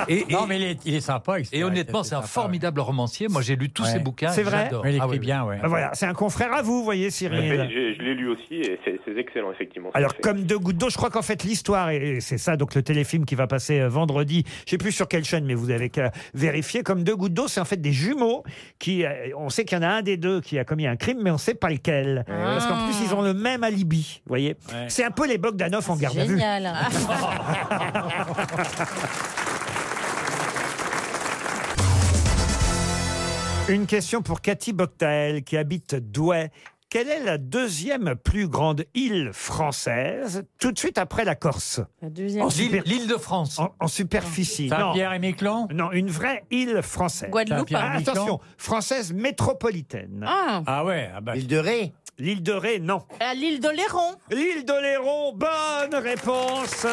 Et, et- non, mais il est, il est sympa. Expert, et honnêtement, il est c'est un sympa, formidable romancier. Moi, j'ai lu tous Ouais. ses bouquins. C'est vrai j'adore. ouais. Mais il Ah écrit oui, oui. bien, ouais. bah voilà, c'est un confrère à vous, vous voyez, Mais Cyril. Je, je l'ai lu aussi et c'est c'est excellent, effectivement. ce Alors, qu'il fait. comme deux gouttes d'eau, je crois qu'en fait, l'histoire, et et c'est ça, donc le téléfilm qui va passer euh, vendredi, je sais plus sur quelle chaîne, mais vous avez qu'à vérifier. Comme deux gouttes d'eau, c'est en fait des jumeaux qui, euh, on sait qu'il y en a un des deux qui a commis un crime, mais on sait pas lequel. Ah. Parce qu'en plus, ils ont le même alibi, vous voyez. Ouais. C'est un peu les Bogdanov en garde à vue. Génial. Une question pour Cathy Boctael qui habite Douai. Quelle est la deuxième plus grande île française, tout de suite après la Corse, La deuxième. Oh, L'île- super- L'île de France. en, en superficie non. Saint-Pierre et Miquelon non, une vraie île française. Guadeloupe. Pierre Ah, Miquelon. attention, française métropolitaine. Ah. Ah ouais, ah bah, L'île de Ré. L'île de Ré, non. À l'île d'Oléron. L'île d'Oléron, bonne réponse.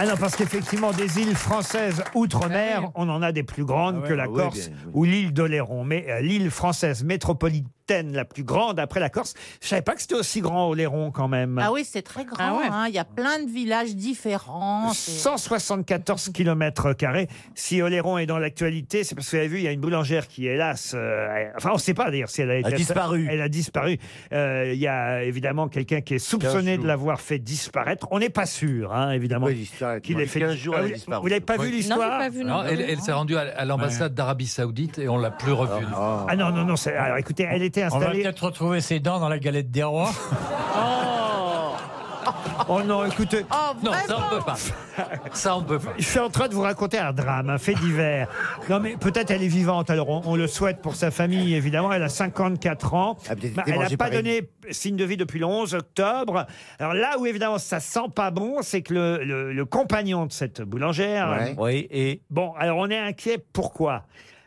Ah non, parce qu'effectivement, des îles françaises outre-mer, on en a des plus grandes Ah ouais, que la ah ouais, Corse bien, ou l'île d'Oléron. Mais euh, l'île française métropolitaine la plus grande après la Corse, je savais pas que c'était aussi grand Oléron quand même. Ah oui, c'est très grand. Ah ouais. hein. Il y a plein de villages différents. c'est- 174 km carrés. Si Oléron est dans l'actualité, c'est parce que vous avez vu, il y a une boulangère qui, hélas, euh, enfin, on ne sait pas d'ailleurs si elle a, été- disparu. Elle a disparu. Euh, Il y a évidemment quelqu'un qui est soupçonné Quinze de jours. l'avoir fait disparaître. On n'est pas sûr, hein, évidemment. Pourquoi il disparaît, qu'il moi ait fait 15 jours, Ah, elle vous- a disparu. Vous l'avez pas vu Oui. Non, j'ai l'histoire pas vu. Non, elle elle s'est rendue à, à l'ambassade d'Arabie Saoudite et on l'a plus revue. Ah non, non, non. c'est- Alors écoutez, elle était on va installée. peut-être retrouver ses dents dans la galette des rois. Oh non, écoutez. Oh, Non, vraiment ça on peut pas. Ça on peut pas. Je suis en train de vous raconter un drame, un fait divers. Non, mais peut-être elle est vivante, alors on, on le souhaite pour sa famille, évidemment. Elle a 54 ans. Ah, peut-être Bah, été elle n'a mangée pas par donné signe de vie depuis le 11 octobre. Alors là où, évidemment, ça sent pas bon, c'est que le, le- le compagnon de cette boulangère. Ouais. Oui, et Bon, alors on est inquiet. Pourquoi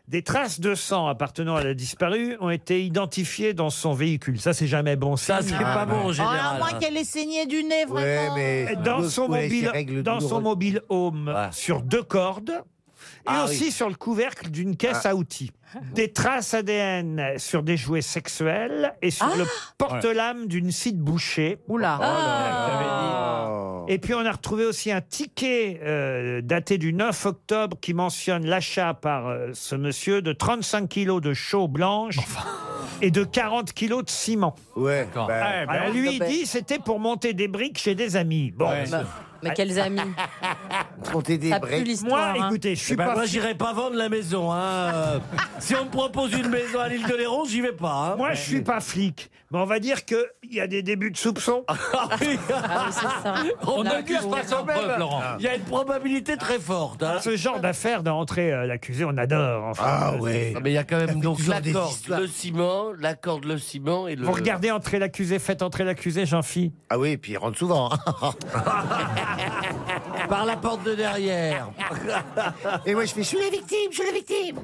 Des traces de sang appartenant à la disparue ont été identifiées dans son véhicule. Ça, c'est jamais bon. Ça, c'est Ah, pas bon, en bah. hein. Oh, à moins qu'elle ait saigné du nez, vraiment. Euh, dans son mobile, dans son mobile home, sur deux cordes. Et Ah aussi oui. Ah. sur le couvercle d'une caisse à outils. Des traces ADN sur des jouets sexuels et sur le porte-lame d'une scie de boucher. Oula. Oh Et puis on a retrouvé aussi un ticket euh, daté du 9 octobre qui mentionne l'achat par euh, ce monsieur de 35 kilos de chaux blanche et de 40 kilos de ciment. Ouais. Bah, Ben, Eh Alors, Eh ben, lui, il dit c'était pour monter des briques chez des amis. Bon. Ouais. Bah, mais quels amis Monter des Eh ben, Moi, Ah, hein. écoutez, je suis pas. Moi, j'irai pas vendre la maison. hein. Euh, si on me propose une maison à l'île de Léron, j'y vais pas. hein. Moi, je suis pas flic. Mais on va dire qu'il y a des débuts de soupçons. Ah On n'accuse pas quand même. Il y a une probabilité très forte. hein. Ah. Ce genre d'affaire d'entrer rentrer euh, l'accusé, on adore. Enfin, Ah, Euh, ouais. c'est- Ah, mais il y a quand même fait donc toujours la des corde, histoires. le ciment, la corde, le ciment et le. Vous regardez entrer l'accusé, faites entrer l'accusé, jean phi Ah oui, et puis il rentre souvent. hein. Par la porte de derrière. Et moi, je fais, je suis la victime, je suis la victime.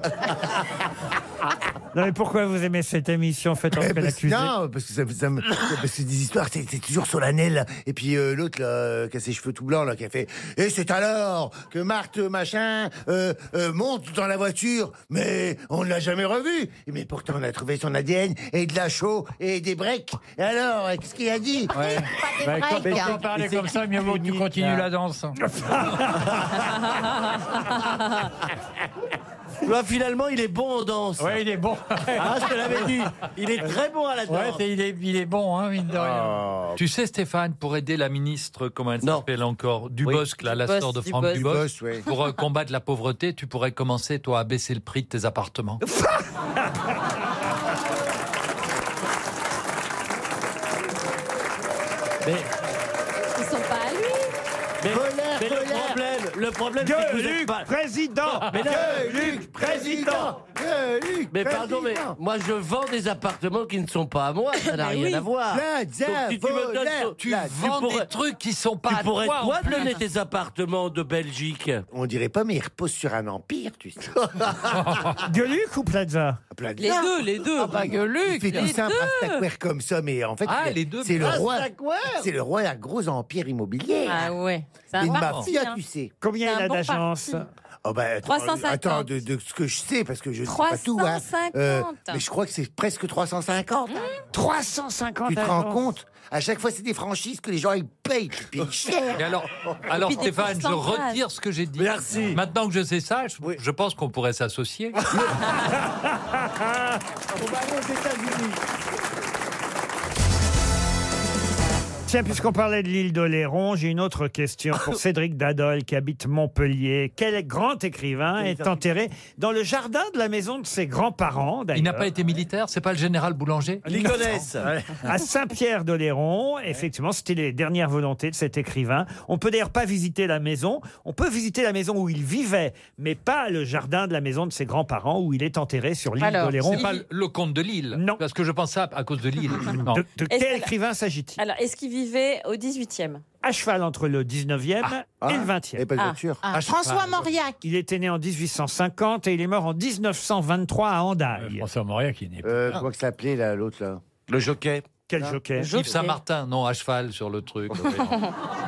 Non, mais pourquoi vous aimez cette émission Faites entrer Eh ben, l'accusé. Non, parce que ça, ça me- parce que des histoires, c'est c'est toujours solennel. Et puis euh, l'autre, là, euh, qui a ses cheveux tout blancs, là, qui a fait Et c'est alors que Marthe, machin, euh, euh, monte dans la voiture, mais on ne l'a jamais revu. Mais pourtant, on a trouvé son ADN et de la chaux et des breaks. Et alors, euh, qu'est-ce qu'il a dit Bah, quand tu peux parler comme ça, mieux vaut que tu continues la danse. Bah, finalement, il est bon en danse. Ouais, il est bon. Ah, je te l'avais dit. Il est très bon à la danse. Ouais, c'est- il, est, il est bon, hein, mine de Ah. rien. Tu sais, Stéphane, pour aider la ministre, comment elle s'appelle encore Dubosc, là, la Dubosc, sœur de Dubosc. Franck Dubosc. Dubosc, ouais. Pour euh, combattre la pauvreté, tu pourrais commencer, toi, à baisser le prix de tes appartements. Mais, Ils sont pas à lui. mais- Colère, mais le colère. problème, le problème, c'est que vous êtes Gueuluc, pas... président Mais non. Gueuluc, président Mais pardon, mais président. moi je vends des appartements qui ne sont pas à moi, ça n'a Mais rien oui. à voir. La si tu me donnes diavolère, ton- la diavolère. trucs qui sont pas tu à pourrais toi, en toi plus. donner tes appartements de Belgique. On dirait pas, mais il repose sur un empire, tu sais. Ah, Gueuluc ou Plaza Plaza. Les deux, les deux. Ah bah Gueuluc. Il fait tout Les ça, un deux. Rastaquouère comme ça, mais en fait, Ah, il a- les deux, c'est le roi. Rastaquouère. C'est le roi d'un gros empire immobilier. Ah ouais. C'est Une parti, mafia, hein. tu sais. C'est un bon parti. Oh bah, attends, 350. attends, de, de ce que je sais, parce que je ne sais pas tout. hein. 350. mais je crois que c'est presque 350. Mmh. 350 Tu te agences. rends compte À chaque fois, c'est des franchises que les gens, ils payent. Ils payent cher. Et alors, alors Stéphane, je retire ce que j'ai dit. Merci. Maintenant que je sais ça, je, je pense qu'on pourrait s'associer. Ah, On va aller aux États-Unis. Tiens, puisqu'on parlait de l'île d'Oléron, j'ai une autre question pour Cédric Dadol qui habite Montpellier. Quel grand écrivain est enterré dans le jardin de la maison de ses grands-parents Il n'a pas été militaire, c'est pas le général Boulanger Ligonesse. à Saint-Pierre d'Oléron. Effectivement, c'était les dernières volontés de cet écrivain. On peut d'ailleurs pas visiter la maison. On peut visiter la maison où il vivait, mais pas le jardin de la maison de ses grands-parents où il est enterré sur l'île d'Oléron. c'est pas le- le comte de Lille. Non. Parce que je pense ça à cause de Lille. Non. De, de Est-ce quel qu'elle- écrivain s'agit-il Alors, est-ce qu'il vivait au 18e À cheval entre le 19e et le 20e. de Ah, voiture. ah. À cheval. François Mauriac. Il était né en 1850 et il est mort en 1923 à Hendaye. François Mauriac, il n'est Euh, comment que ça s'appelait, là, l'autre, là Le jockey. Quel jockey Yves Saint-Martin, non, à cheval sur le truc.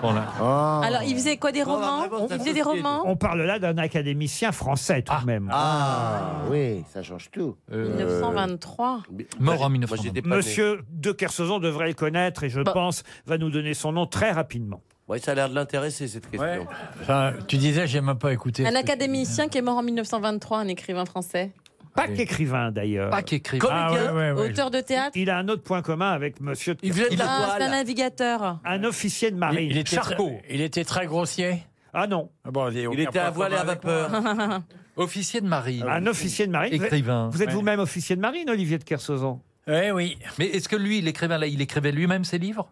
Voilà. Ah. Alors, il faisait quoi Des romans Il faisait des romans On parle là d'un académicien français tout de même. Ah, oui, ça change tout. Euh, 1923. Mort en 1900. Monsieur de Kersauzon devrait le connaître et je pense va nous donner son nom très rapidement. Oui, ça a l'air de l'intéresser cette question. Enfin, tu disais, j'ai même pas écouté. Un académicien qui est mort en 1923, un écrivain français. Pas qu'écrivain d'ailleurs. Pas qu'écrivain. Comédien, auteur de théâtre. Il a un autre point commun avec monsieur. de Ah, Kersauzon. C'est un Hein navigateur. Un officier de marine. Il- il était Charcot. très- il était très grossier. Ah non. il était à voile et à vapeur. Officier de marine. Un officier de marine. Vous êtes- Écrivain. Vous êtes Ouais. vous-même officier de marine, Olivier de Kersauzon Eh oui. Mais est-ce que lui, il écrivait, là, il écrivait lui-même ses livres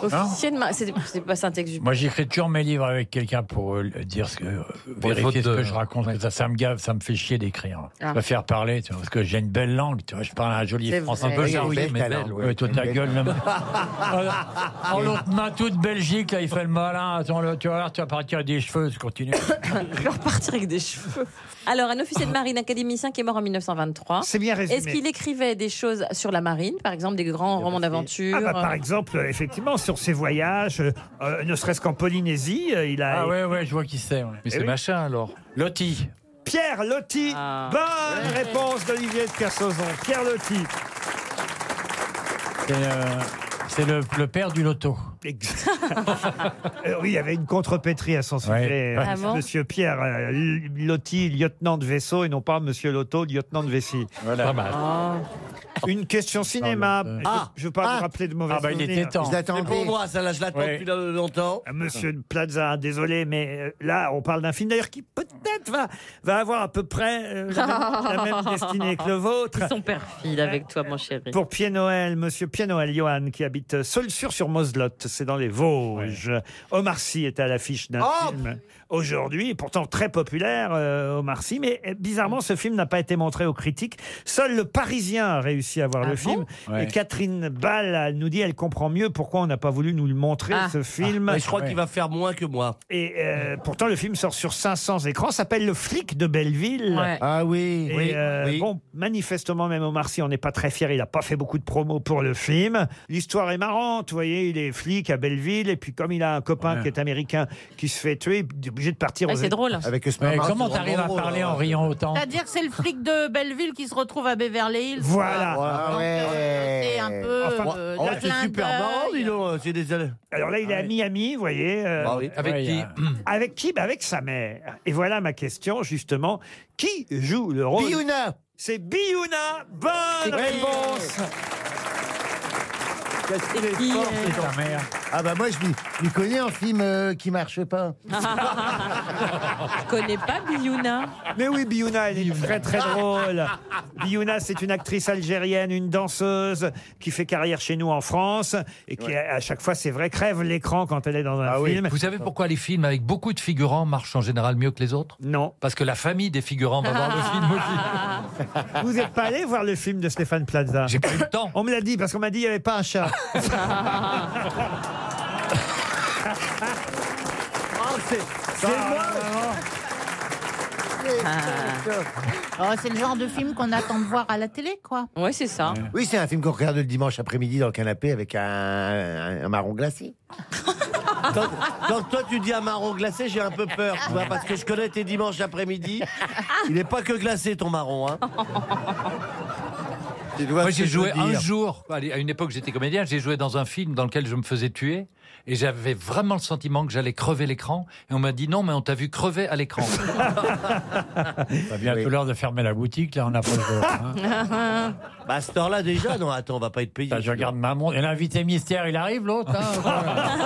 Officiellement, c'est c'est pas un texte du Moi, j'écris toujours mes livres avec quelqu'un pour euh, le- dire ce que, euh, Pour être vérifier ce de- que je raconte. parce que Ça, ça me gave, ça me fait chier d'écrire. Ah. Je préfère parler, tu vois, parce que j'ai une belle langue, tu vois. Je parle un joli C'est français. vrai. Un peu jarrouillé, Oui, mais belle, ouais. Ouais, toi, Une ta belle gueule, langue. Ah, même. En l'autre main, toute Belgique, là, il fait le malin. Attends, là, tu vas voir, tu vas partir avec des cheveux, tu continues. Je vais repartir avec des cheveux. Alors, un officier de marine académicien qui est mort en 1923. C'est bien résumé. Est-ce qu'il écrivait des choses sur la marine, par exemple des grands romans d'aventure Ah bah, par exemple, euh, effectivement, sur ses voyages, euh, euh, ne serait-ce qu'en Polynésie, euh, il a. Ah ouais, ouais, je vois qui c'est. Mais c'est machin alors. Lotti. Pierre Lotti. Bonne réponse d'Olivier de Kersauzon. Pierre Lotti. C'est, euh, c'est le, le père du loto. Euh, oui, il y avait une contrepétrie à son sujet. Ouais. euh, Ah bon Monsieur Pierre euh, L- Lotti, lieutenant de vaisseau, et non pas Monsieur Lotto, lieutenant de vessie. Ah. Voilà. Pas mal. Une question cinéma. Charlotte. Ah, je ne veux pas Ah. vous rappeler de mauvais Ah bah, il souvenirs. était temps. Je l'attendais. C'est pour moi, celle-là, je l'attends depuis longtemps. Monsieur Plaza, désolé, mais euh, là, on parle d'un film d'ailleurs qui peut-être va, va avoir à peu près euh, la, même, la même destinée que le vôtre. Ils sont perfides avec toi, mon chéri. Pour Pied Noël, monsieur Pied Noël Johan, qui habite Saulsur sur Moselotte, c'est dans les Vosges. Omar Sy est à l'affiche d'un Oh film aujourd'hui, pourtant très populaire, euh, Omar Sy, mais euh, bizarrement, ce film n'a pas été montré aux critiques. Seul le Parisien a réussi à voir Ah le film. Ouais. Et Catherine Ball nous dit, elle comprend mieux pourquoi on n'a pas voulu nous le montrer, Ah. ce film. Mais Ah. je crois qu'il va faire moins que moi. Et euh, pourtant, le film sort sur 500 écrans, s'appelle Le flic de Belleville. Ouais. Ah oui, Et, oui, euh, oui. Bon, manifestement, même Omar Sy, on n'est pas très fier. Il n'a pas fait beaucoup de promos pour le film. L'histoire est marrante, vous voyez, il est flic à Belleville, et puis comme il a un copain qui est américain qui se fait tuer, il est obligé de partir. Ouais, aux- Ah, c'est drôle. Avec Ouais, Ah, comment t'arrives à parler en riant autant C'est-à-dire que c'est le flic de Belleville qui se retrouve à Beverly Hills. Voilà. Donc, euh, C'est un peu. euh, Ah oh, le c'est clin super d'œil. marrant, dis donc. euh, C'est des... Alors là, il est à Miami, vous voyez. euh, Bah oui. Avec Ouais, qui il y a- Avec qui Bah, Avec sa mère. Et voilà ma question, justement. Qui joue le rôle Biouna. C'est Biouna. C'est Bonne qui réponse Qu'est-ce qu'il est qui, fort, euh, cet enfant. Ah bah moi je lui- je lui connais un film euh, qui marche pas. Je connais pas Biyouna. Mais oui, Biouna, elle est très très drôle. Biouna, c'est une actrice algérienne, une danseuse qui fait carrière chez nous en France et qui, à à chaque fois, c'est vrai, crève l'écran quand elle est dans un film. Ah Vous savez pourquoi les films avec beaucoup de figurants marchent en général mieux que les autres Non. Parce que la famille des figurants va voir le film aussi. Vous n'êtes pas allé voir le film de Stéphane Plaza J'ai pas eu le temps. On me l'a dit parce qu'on m'a dit qu'il n'y avait pas un chat. C'est Oh, c'est le genre de film qu'on attend de voir à la télé, quoi. Ouais, c'est ça. Oui, c'est un film qu'on regarde le dimanche après-midi dans le canapé avec un, un- un marron glacé. Quand, quand toi tu dis un marron glacé, j'ai un peu peur, tu vois, parce que je connais tes dimanches après-midi. Il n'est pas que glacé ton marron. Hein. Moi, ce j'ai que je joué veux un dire. jour, allez, à une époque, j'étais comédien, j'ai joué dans un film dans lequel je me faisais tuer et j'avais vraiment le sentiment que j'allais crever l'écran. Et on m'a dit non, mais on t'a vu crever à l'écran. Bah, bientôt l'heure de fermer la boutique, là, on a pas le droit, hein. Bah, à cette heure-là, déjà, non, attends, on va pas être payé. Là, je regarde ma montre. Et l'invité mystère, il arrive, l'autre. hein.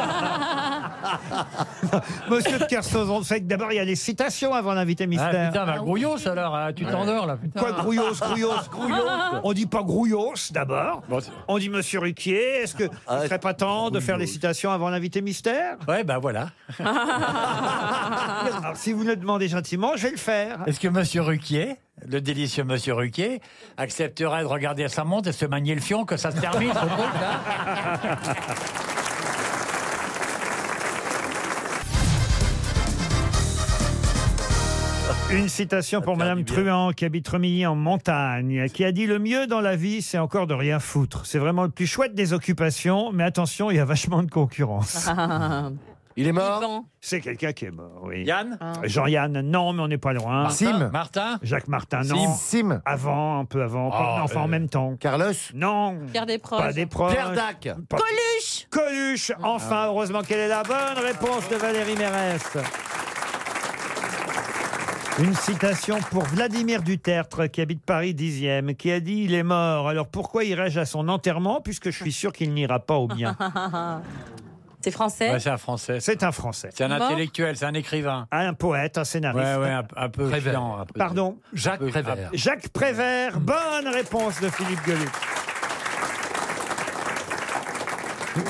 Monsieur de Kersauzon, c'est que d'abord, il y a les citations avant l'invité mystère. Ah, putain, bah, grouillos, alors, hein, tu t'endors, là, putain. Quoi, grouillos, grouillos On dit pas grouillos, d'abord. On dit Monsieur Ruquier. Est-ce que ne serait pas temps de faire les citations avant l'invité mystère Ouais, bah voilà. Ah. Alors, si vous le demandez gentiment, je vais le faire. Est-ce que Monsieur Ruquier, le délicieux Monsieur Ruquier, accepterait de regarder sa montre et se manier le fion que ça se termine, ce truc, hein. là Une citation pour Madame Truand, qui habite Remilly en montagne, qui a dit Le mieux dans la vie, c'est encore de rien foutre. C'est vraiment le plus chouette des occupations, mais attention, il y a vachement de concurrence. Il est mort C'est quelqu'un qui est mort, oui. Yann Ah. Jean-Yann, non, mais on n'est pas loin. Martin Martin Jacques Martin, Sim. non. Sim. Avant, un peu avant. Ah, enfin, euh, en même temps. Carlos Non. Pierre Desproges. Pas des proches. Pierre Dac. Ah. Pas- Coluche Coluche, enfin, heureusement qu'elle est la bonne réponse de Valérie Mérès. Une citation pour Vladimir Dutertre, qui habite Paris 10e, qui a dit Il est mort, alors pourquoi irais-je à son enterrement, puisque je suis sûr qu'il n'ira pas au bien C'est français Ouais, c'est un Français. C'est un Français. C'est un Mort intellectuel, c'est un écrivain. Un poète, un scénariste. Ouais, ouais, un, un peu Prévert. chiant, un peu- Pardon Jacques Prévert. Mm. Jacques Prévert, bonne réponse de Philippe Gueluc.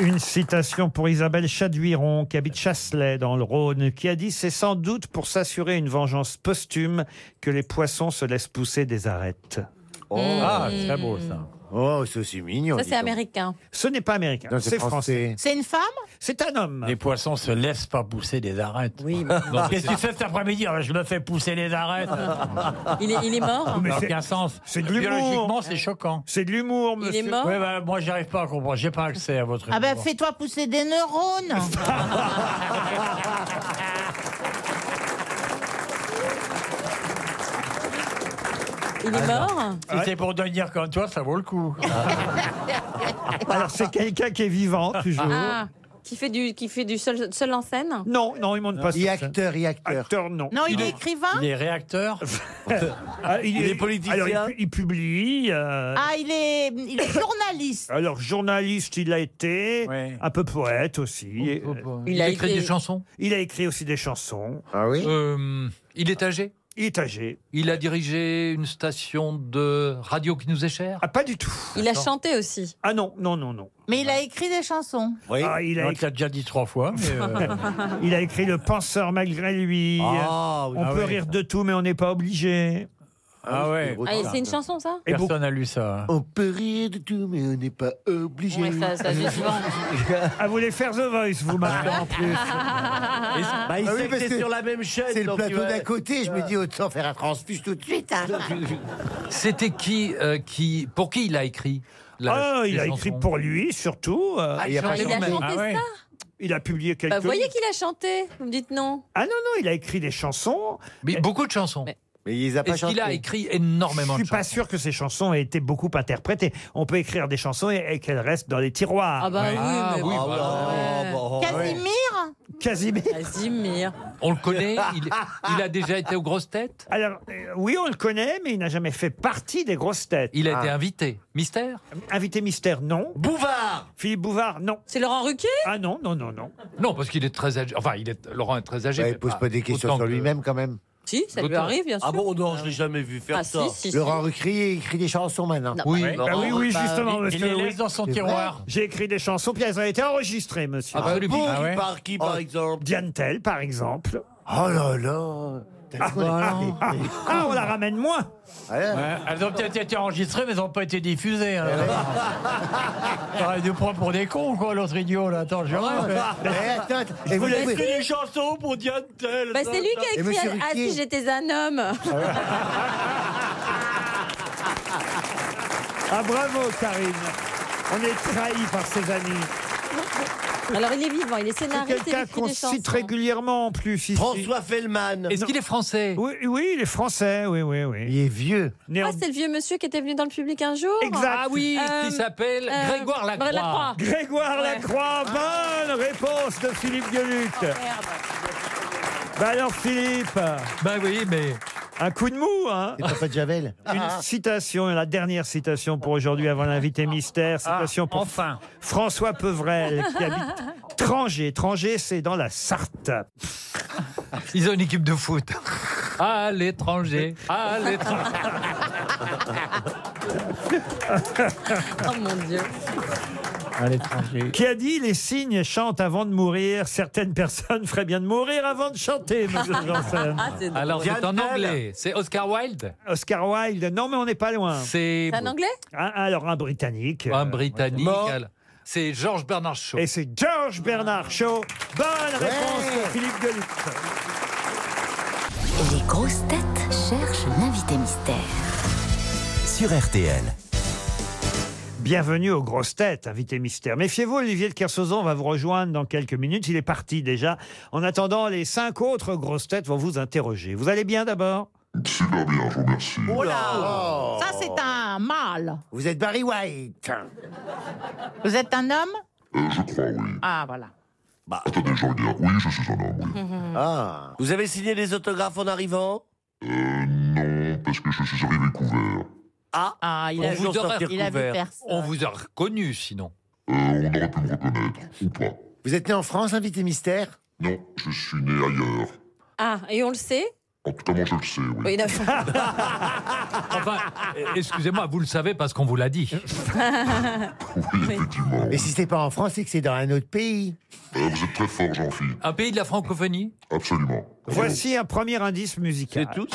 Une citation pour Isabelle Chaduiron, qui habite Chasselet, dans le Rhône, qui a dit « C'est sans doute pour s'assurer une vengeance posthume que les poissons se laissent pousser des arêtes. Ah, très beau ça. Oh, c'est aussi mignon. Mm. Ça, c'est américain. Ce n'est pas américain, Non, c'est c'est français. français. C'est une femme C'est un homme. Les poissons se laissent pas pousser des arêtes. Oui. Non, Qu'est-ce que c'est- tu fais cet après-midi Ah, Je me fais pousser les arêtes. Il est- il est mort Ça Mais n'a c'est- aucun sens. c'est de l'humour. Biologiquement, c'est choquant. C'est de l'humour, Il est monsieur. mort Ouais, bah, moi, j'arrive pas à comprendre. J'ai pas accès à votre. Ah bah, ben, humour. fais-toi pousser des neurones Il est Ah, non. mort Si c'est pour devenir comme toi, ça vaut le coup. Ah. Alors, c'est quelqu'un qui est vivant, toujours. Ah, qui fait du, qui fait du seul, seul en scène Non, non, il monte pas Il est sur scène. acteur, il est acteur. Acteur, non. Non, il est écrivain Il est réacteur. Ah, Il est Alors, il, politicien. pu- il publie. euh, Ah, il est, il est journaliste Alors, journaliste, il a été. Un peu poète aussi. Oh, Et, euh, Il a écrit des chansons. Il a écrit aussi des chansons. Ah oui Euh, il est âgé. Il est âgé. Il a dirigé une station de radio qui nous est chère. Ah, pas du tout. Il a chanté aussi. Ah non, non, non, non. Mais il a écrit des chansons. Ah, il, a On écrit, te l'a déjà dit trois fois. mais, euh, il a écrit Le Penseur malgré lui. Ah, oui. on Ah peut oui, rire ça. de tout, mais on n'est pas obligé. Ah ouais. Ah, et c'est une chanson, ça Et beaucoup- Personne n'a lu ça. On peut rire de tout, mais on n'est pas Bah, euh, obligé. Ouais, ça, ça, c'est souvent. Ah, vous voulez faire The Voice, vous, maintenant, en plus. Ah, Bah, il Ah oui, sait que parce c'est que sur la même chaîne. C'est le donc il plateau va- d'à côté, je me dis autant faire un transfuge tout de suite. hein. C'était qui, euh, qui, pour qui il a écrit la- Ah, les il a écrit chansons pour lui, surtout. euh, Ah, il, a, Jean- Il a Jean- chanté Ah ouais. ça il a publié quelques. Bah, Vous voyez qu'il a chanté Vous me dites non. Ah non, non, il a écrit des chansons. Mais beaucoup de chansons. Mais- Mais il les a pas Est-ce qu'il a chantés. écrit Je énormément suis de pas chansons sûr que ces chansons aient été beaucoup interprétées. On peut écrire des chansons et, et qu'elles restent dans les tiroirs. Ah bah oui, Ah mais oui, bon. Ah, bah, oh, Casimir Casimir. Casimir. On le connaît il, il a déjà été aux grosses têtes Alors, euh, oui, on le connaît, mais il n'a jamais fait partie des grosses têtes. Il a Ah. été invité. Mystère Invité mystère, non. Bouvard Philippe Bouvard, non. C'est Laurent Ruquier Ah non, non, non, non. Non, parce qu'il est très âgé. Enfin, il est, Laurent est très âgé. Bah, mais il pose pas des questions autant sur que- lui-même quand même. Si, ça lui Autant. arrive, bien sûr. Ah bon, non, je l'ai jamais vu faire Ah si, ça. si, si. Laurent Ruquier écrit des chansons maintenant. Non. Oui, Ouais. Bah Laurent. oui, oui, Bah, justement, il- il monsieur. les oui. laisse dans son tiroir. J'ai écrit des chansons, puis elles ont été enregistrées, monsieur. Oh. Ah bah, Absolument. Absolument. Qui Ah ouais. par qui, par exemple Diane Tell, par exemple. Oh là là T'as vu qu'on est pas- Ah, on la ramène moins. Ouais. Ouais, elles ont peut-être été enregistrées, mais elles n'ont pas été diffusées. hein. Ah, il nous prend pour des cons, quoi, l'autre idiot, là. Attends, je rêve. Eh, attends, attends. Et vous Il a l'avez- écrit des chansons pour Diane Tell. Bah, c'est lui Et qui a écrit Monsieur Ah Ruquier si j'étais un homme. Ah, bravo, Karine. On est trahi par ses amis. Alors il est vivant, il est C'est scénariste, il quelqu'un écrit qu'on des chansons. cite régulièrement en plus ici. François Fellman. Est-ce qu'il est français Oui, oui, il est français, oui, oui, oui. Il est vieux. Né en- Ah, c'est le vieux monsieur qui était venu dans le public un jour Exact. Ah oui, Euh, qui s'appelle Euh, Grégoire Lacroix. Lacroix. Grégoire Ouais. Ah. Oh, Lacroix, bonne réponse de Philippe Gueluc. Merde. Bah alors Philippe, Bah oui, mais un coup de mou, hein C'est pas de Javel. Ah. Une citation, la dernière citation pour aujourd'hui avant l'invité mystère, Ah, citation pour Enfin. François Pevrel qui habite Tranger. Tranger, c'est dans la Sarthe. ils ont une équipe de foot. À l'étranger, à l'étranger. Oh mon dieu. À l'étranger. Qui a dit les cygnes chantent avant de mourir, certaines personnes feraient bien de mourir avant de chanter, monsieur Janssen. Ah, c'est drôle. Alors c'est en Diane Tell. anglais, c'est Oscar Wilde. Oscar Wilde, non mais on n'est pas loin. C'est C'est un anglais Un- alors un Britannique. un euh, Britannique. mort. alors. C'est George Bernard Shaw. Et c'est George Bernard Shaw. Bonne réponse de Philippe Gueluc. Les grosses têtes cherchent l'invité mystère. sur RTL. Bienvenue aux grosses têtes, invité mystère. Méfiez-vous, Olivier de Kersauzon va vous rejoindre dans quelques minutes. Il est parti déjà. En attendant, les cinq autres grosses têtes vont vous interroger. Vous allez bien d'abord Oh. Oh là Ça, c'est un mâle. Vous êtes Barry White. Vous êtes un homme Euh, Je crois, oui. Ah, voilà. Bah, Hmm. Ah. Vous avez signé des autographes en arrivant Euh, non, Ah, il parce que a je vu, suis arrivé couvert. Ah, il a vu couvert. personne. Euh, On vous a reconnu sinon. On aurait pu me reconnaître, ou pas. Vous êtes né en France, invité mystère Non, je suis né ailleurs. Ah, et on le sait En tout cas, moi, je le sais, oui. Oui, d'accord. Enfin, eh, excusez-moi, vous le savez parce qu'on vous l'a dit. Et si c'est pas en France, c'est que c'est dans un autre pays. Euh, vous êtes très fort, Jean-Philippe. Un pays de la francophonie Absolument. Voici un premier indice musical. C'est tout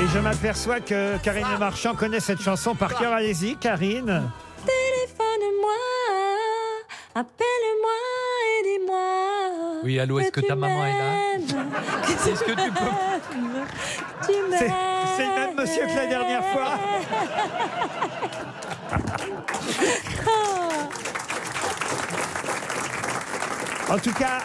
Et je m'aperçois que Karine Le Marchand connaît cette chanson par cœur. Allez-y, Karine. Téléphone-moi, appelle-moi et dis-moi. Oui, allô, est-ce que ta maman est là Est-ce que tu peux. Tu C'est- c'est le même monsieur que la dernière fois. En tout cas,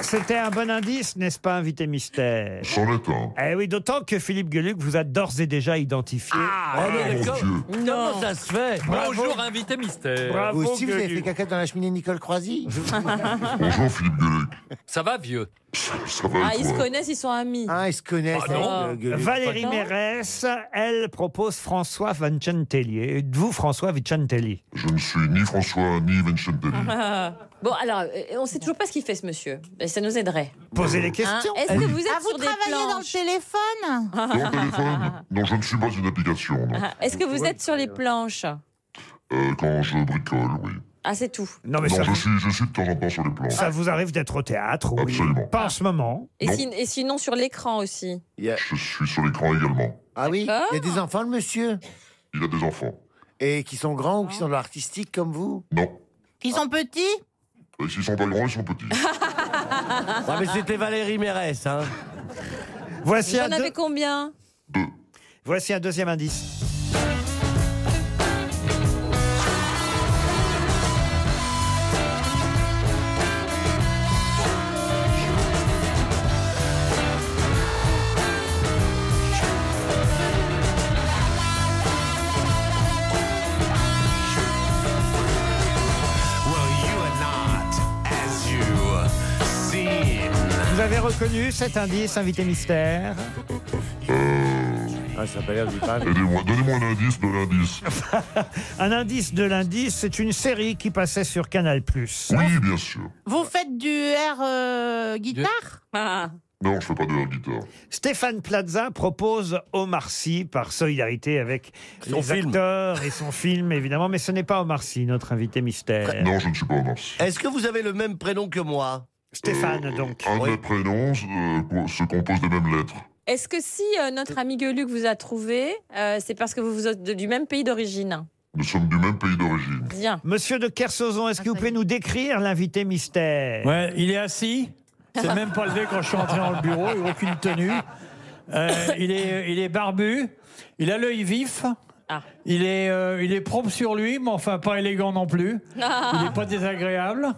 c'était un bon indice, n'est-ce pas, invité mystère Sans le temps. Eh oui, d'autant que Philippe Gueluc vous a d'ores et déjà identifié. Oh, Ah, on est d'accord. Comment ça se fait Bravo. Bonjour, invité mystère. Euh, Bravo, Vous aussi, vous avez Gueluc. fait caca dans la cheminée de Nicole Croisy Bonjour, Philippe Gueluc. Ça va, vieux Ça va, Ah, et ils se toi connaissent, ils sont amis. Ah, ils se connaissent. Ah, Oh, non. euh, Gueluc. Valérie Mérès, elle propose François Vincentelli. Et Vous, François Vincentelli. Je ne suis ni François, ni Vincentelli. Ah. bon, alors, euh, on sait toujours pas ce qu'il fait, ce monsieur. Et ça nous aiderait. Posez les Hein Est-ce que vous êtes Ah, vous sur des travaillez dans le planches téléphone Dans le téléphone Non, je ne suis pas une application. non. Ah, Est-ce que vous êtes sur les planches Euh, quand je bricole, oui. Ah, c'est tout. Non, mais non, ça, je, suis, je suis de temps en temps sur les plans. ça vous arrive d'être au théâtre oui. Absolument. Pas en ce moment. Et, si- et sinon, sur l'écran aussi. Je suis sur l'écran également. Ah oui Il y a des enfants, le monsieur Il a des enfants. Et qui sont grands ou Ah. qui sont dans l'artistique comme vous Non. Ils sont petits Euh, S'ils sont pas grands, ils sont petits. Ouais, Ah, mais c'était Valérie Mérès, hein. Voici Vous un, en avez deux- combien voici un deuxième indice. Vous avez reconnu cet indice, invité mystère Ah, ça a pas l'air du pas. Aidez-moi, donnez-moi un indice de l'indice. Un indice de l'indice, c'est une série qui passait sur Canal+. Oui, bien sûr. Vous faites du air euh, guitare Ah. Non, je fais pas de la guitare. Stéphane Plaza propose Omar Sy par solidarité avec Son les film. acteurs et son film, évidemment. Mais ce n'est pas Omar Sy, notre invité mystère. Non, je ne suis pas Omar Sy. Est-ce que vous avez le même prénom que moi Stéphane, donc. Un de mes prénoms euh, co- se compose des mêmes lettres. Est-ce que si euh, notre ami Gueluc vous a trouvé, euh, c'est parce que vous vous êtes de- du même pays d'origine Nous sommes du même pays d'origine. Bien. Monsieur de Kersauzon, est-ce que vous pouvez nous décrire l'invité mystère Ouais, il est assis. C'est même pas levé quand je suis entré dans le bureau. Il n'a aucune tenue. Euh, il, est, il est barbu. Il a l'œil vif. Ah. Il est, euh, il est propre sur lui, mais enfin pas élégant non plus. Il n'est pas désagréable.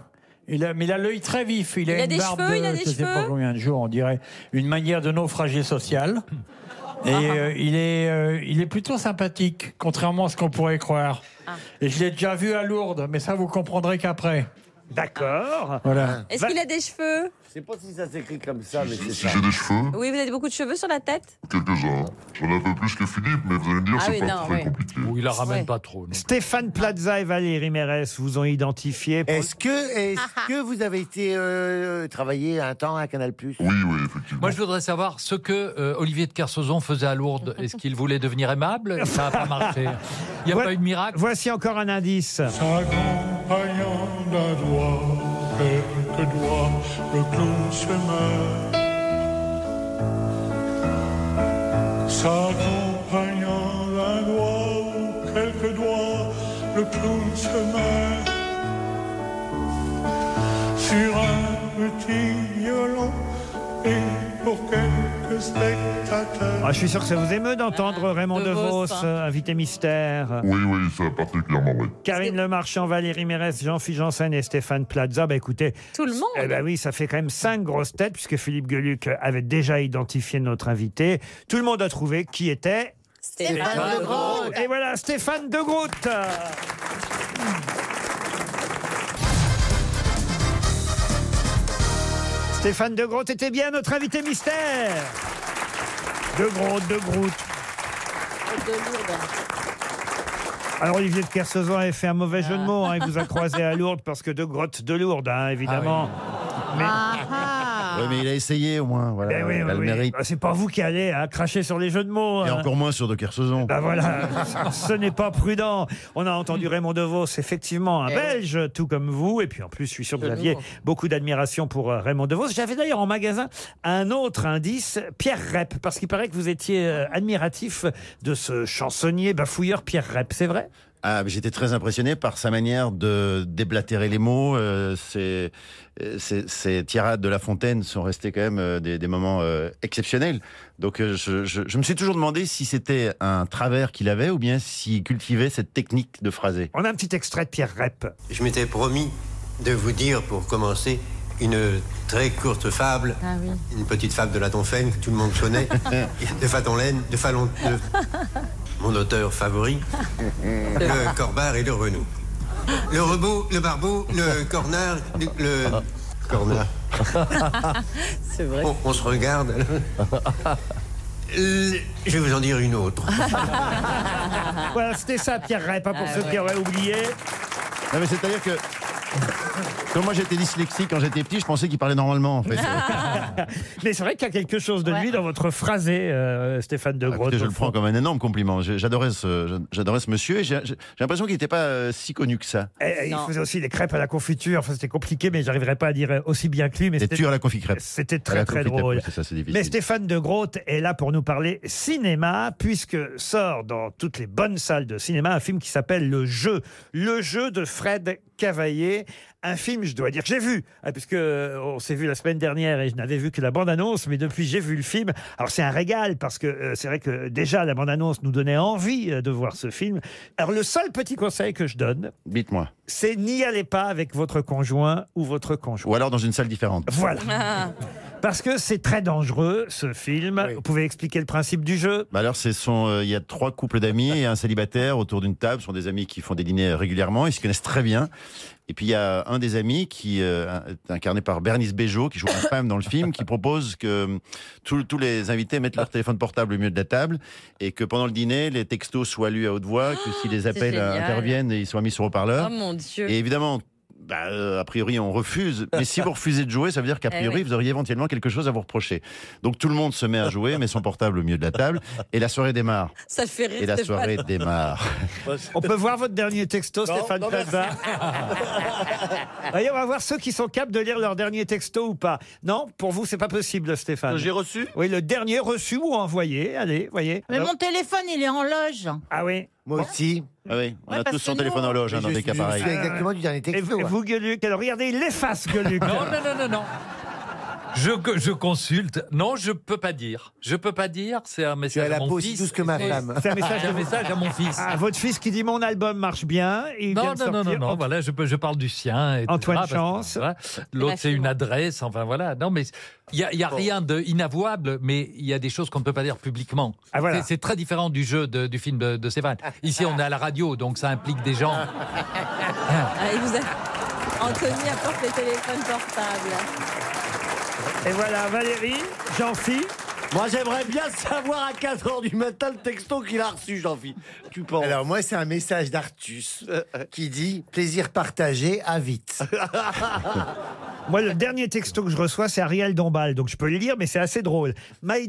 Il a, mais il a l'œil très vif. Il, Il a une des barbe, cheveux, il a des je sais pas cheveux. combien de jours, on dirait, une manière de naufragé social. Ah. Et euh, il, est, euh, il est plutôt sympathique, contrairement à ce qu'on pourrait croire. Ah. Et je l'ai déjà vu à Lourdes, mais ça vous comprendrez qu'après. D'accord. Voilà. Est-ce qu'il a des cheveux Je sais pas si ça s'écrit comme ça, mais c'est Si ça. j'ai des cheveux, Oui, vous avez beaucoup de cheveux sur la tête quelques-uns. J'en ai un peu plus que Philippe, mais vous allez me dire, Ah c'est oui, pas non, très oui. compliqué. Ou il la ramène Ouais. pas trop. non. Stéphane Plaza et Valérie Mérès vous ont identifié. pour- Est-ce que, est Ah, que vous avez été euh, travailler un temps à Canal Plus Oui, oui, effectivement. Moi, je voudrais savoir ce que euh, Olivier de Kersauzon faisait à Lourdes. Est-ce qu'il voulait devenir aimable Ça n'a pas marché. Il n'y a Ouais. pas eu de miracle. Voici encore un indice. Accompagnant d'un doigt, quelques doigts, le clown se meurt. S'accompagnant d'un doigt ou quelques doigts, le clown se meurt. Sur un petit violon et pour quelques spectateurs. Ah, je suis sûr que ça vous émeut d'entendre Raymond Ah, De DeVos, Vos. hein. euh, invité mystère. Oui, oui, ça particulièrement, oui. Karine Le Marchand, Valérie Mérès, Jean-Philippe Janssen et Stéphane Plaza. Bah écoutez, Tout le monde eh ben oui, ça fait quand même cinq grosses têtes puisque Philippe Gueluc avait déjà identifié notre invité. Tout le monde a trouvé qui était Stéphane Stéphane de Groot. Groot. Et voilà, Stéphane de Groot. Stéphane de Groot était bien notre invité mystère. De Groot, de Groot. Alors Olivier de Kersauzon avait fait un mauvais jeu de mots. hein, il vous a croisé à Lourdes parce que de Grotte de Lourdes, hein, évidemment. Ah Ah Oui, mais il a essayé au moins. Voilà, Eh oui, il a oui, le oui. mérite. Bah, C'est pas vous qui allez hein, cracher sur les jeux de mots. Et hein. encore moins sur De Kersozon. Bah voilà, ce n'est pas prudent. On a entendu Raymond DeVos, effectivement un Eh oui. Belge, tout comme vous. Et puis en plus, je suis sûr que vous De aviez Lourdes. beaucoup d'admiration pour euh, Raymond DeVos. J'avais d'ailleurs en magasin un autre indice, Pierre Rep, parce qu'il paraît que vous étiez euh, admiratif de ce chansonnier bafouilleur Pierre Rep. C'est vrai Ah, mais j'étais très impressionné par sa manière de déblatérer les mots. Euh, ses, euh, ses- ses tirades de La Fontaine sont restées quand même euh, des, des moments euh, exceptionnels. Donc euh, je, je- je me suis toujours demandé si c'était un travers qu'il avait ou bien s'il cultivait cette technique de phrasé. On a un petit extrait de Pierre Rep. Je m'étais promis de vous dire, pour commencer, une très courte fable, Ah oui. une petite fable de la Tonfaine que tout le monde connaît, de Fatonlaine, de Falon, de mon auteur favori, le Corbard et le Renou. Le Rebot, le Barbeau, le Cornard, le... le- Ah. Cornard. C'est vrai. On, on se regarde. Le- Je vais vous en dire une autre. Voilà, c'était ça Pierre Rep, hein, pour Ah ceux ouais. qui auraient oublié. Non, mais c'est-à-dire que. Comme moi j'étais dyslexique quand j'étais petit, je pensais qu'il parlait normalement en fait. Mais c'est vrai qu'il y a quelque chose de lui dans votre phrasé, euh, Stéphane de Groot. Ah, Écoutez, je le prends comme un énorme compliment. J'ai- J'adorais ce, j'adorais ce monsieur et j'ai j'ai l'impression qu'il n'était pas euh, si connu que ça. Eh, il faisait aussi des crêpes à la confiture. Enfin, c'était compliqué, mais j'arriverais pas à dire aussi bien que lui. Mais Des c'était- tueurs à la confit crêpe. C'était À très la très confit crêpe, drôle. oui, c'est ça, c'est difficile. mais Stéphane de Groot est là pour nous parler cinéma, puisque sort dans toutes les bonnes salles de cinéma un film qui s'appelle Le Jeu. Le Jeu de Fred Cavaillé. Un film, je dois dire, que j'ai vu, hein, puisque euh, on s'est vu la semaine dernière et je n'avais vu que la bande-annonce, mais depuis j'ai vu le film. Alors c'est un régal, parce que euh, c'est vrai que déjà la bande-annonce nous donnait envie euh, de voir ce film. Alors le seul petit conseil que je donne, Dites-moi. c'est n'y allez pas avec votre conjoint ou votre conjoint. Ou alors dans une salle différente. Voilà. Ah. Parce que c'est très dangereux, ce film. Vous pouvez expliquer le principe du jeu Bah alors, c'est son, euh, il y a trois couples d'amis et un célibataire autour d'une table. Ce sont des amis qui font des dîners régulièrement. Ils se connaissent très bien. Et puis, il y a un des amis qui euh, est incarné par Bernice Bejo, qui joue la femme dans le film, qui propose que euh, tous- tous les invités mettent leur téléphone portable au milieu de la table et que pendant le dîner, les textos soient lus à haute voix, que si les appels Ah, génial. interviennent, ils soient mis sur haut-parleur. Oh mon Dieu. Et évidemment, bah, euh, a priori, on refuse. Mais si vous refusez de jouer, ça veut dire qu'a Eh priori, oui. vous auriez éventuellement quelque chose à vous reprocher. Donc tout le monde se met à jouer, met son portable au milieu de la table, et la soirée démarre. Ça le fait rire. Et la Stéphane. soirée démarre. On peut voir votre dernier texto, Oh, Stéphane non, merci. Ah. Plaza Voyez, on va voir ceux qui sont capables de lire leur dernier texto ou pas. Non, pour vous, c'est pas possible, Stéphane. J'ai reçu Oui, le dernier reçu ou envoyé. Allez, voyez. Mais mon téléphone, il est en loge. Ah oui Moi aussi. Ah oui, on Ouais, a parce tous son que téléphone nous, en loge hein, Mais dans je des suis- cas je pareils. suis exactement du dernier Et vous, vous, Gueuluc, alors regardez, il efface Gueuluc. Non, non, non, non, non. Je, je consulte. Non, je peux pas dire. Je peux pas dire. C'est un message as la à mon peau aussi fils. douce que ma C'est- femme. C'est un message, un message à mon fils. Ah, votre fils qui dit mon album marche bien. Il non, vient non, de non, non, sortir. non, Oh, Voilà, je, peux- je parle du sien. etc., Antoine parce que, Chance. voilà, L'autre, c'est une adresse. Enfin, voilà. Non, mais il n'y a, il y a rien d'inavouable, mais il y a des choses qu'on ne peut pas dire publiquement. Ah, voilà. C'est- C'est très différent du jeu de- du film de, de Stéphane. Ici, on est à la radio, donc ça implique des gens. Ah, il vous a- Anthony apporte les téléphones portables. Et voilà, Valérie, jean philippe Moi, j'aimerais bien savoir à 4h du matin le texto qu'il a reçu, jean philippe Tu penses Alors moi, c'est un message d'Artus qui dit « Plaisir partagé, à vite Moi, le dernier texto que je reçois, c'est Ariel Dombal, donc je peux le lire, mais c'est assez drôle. My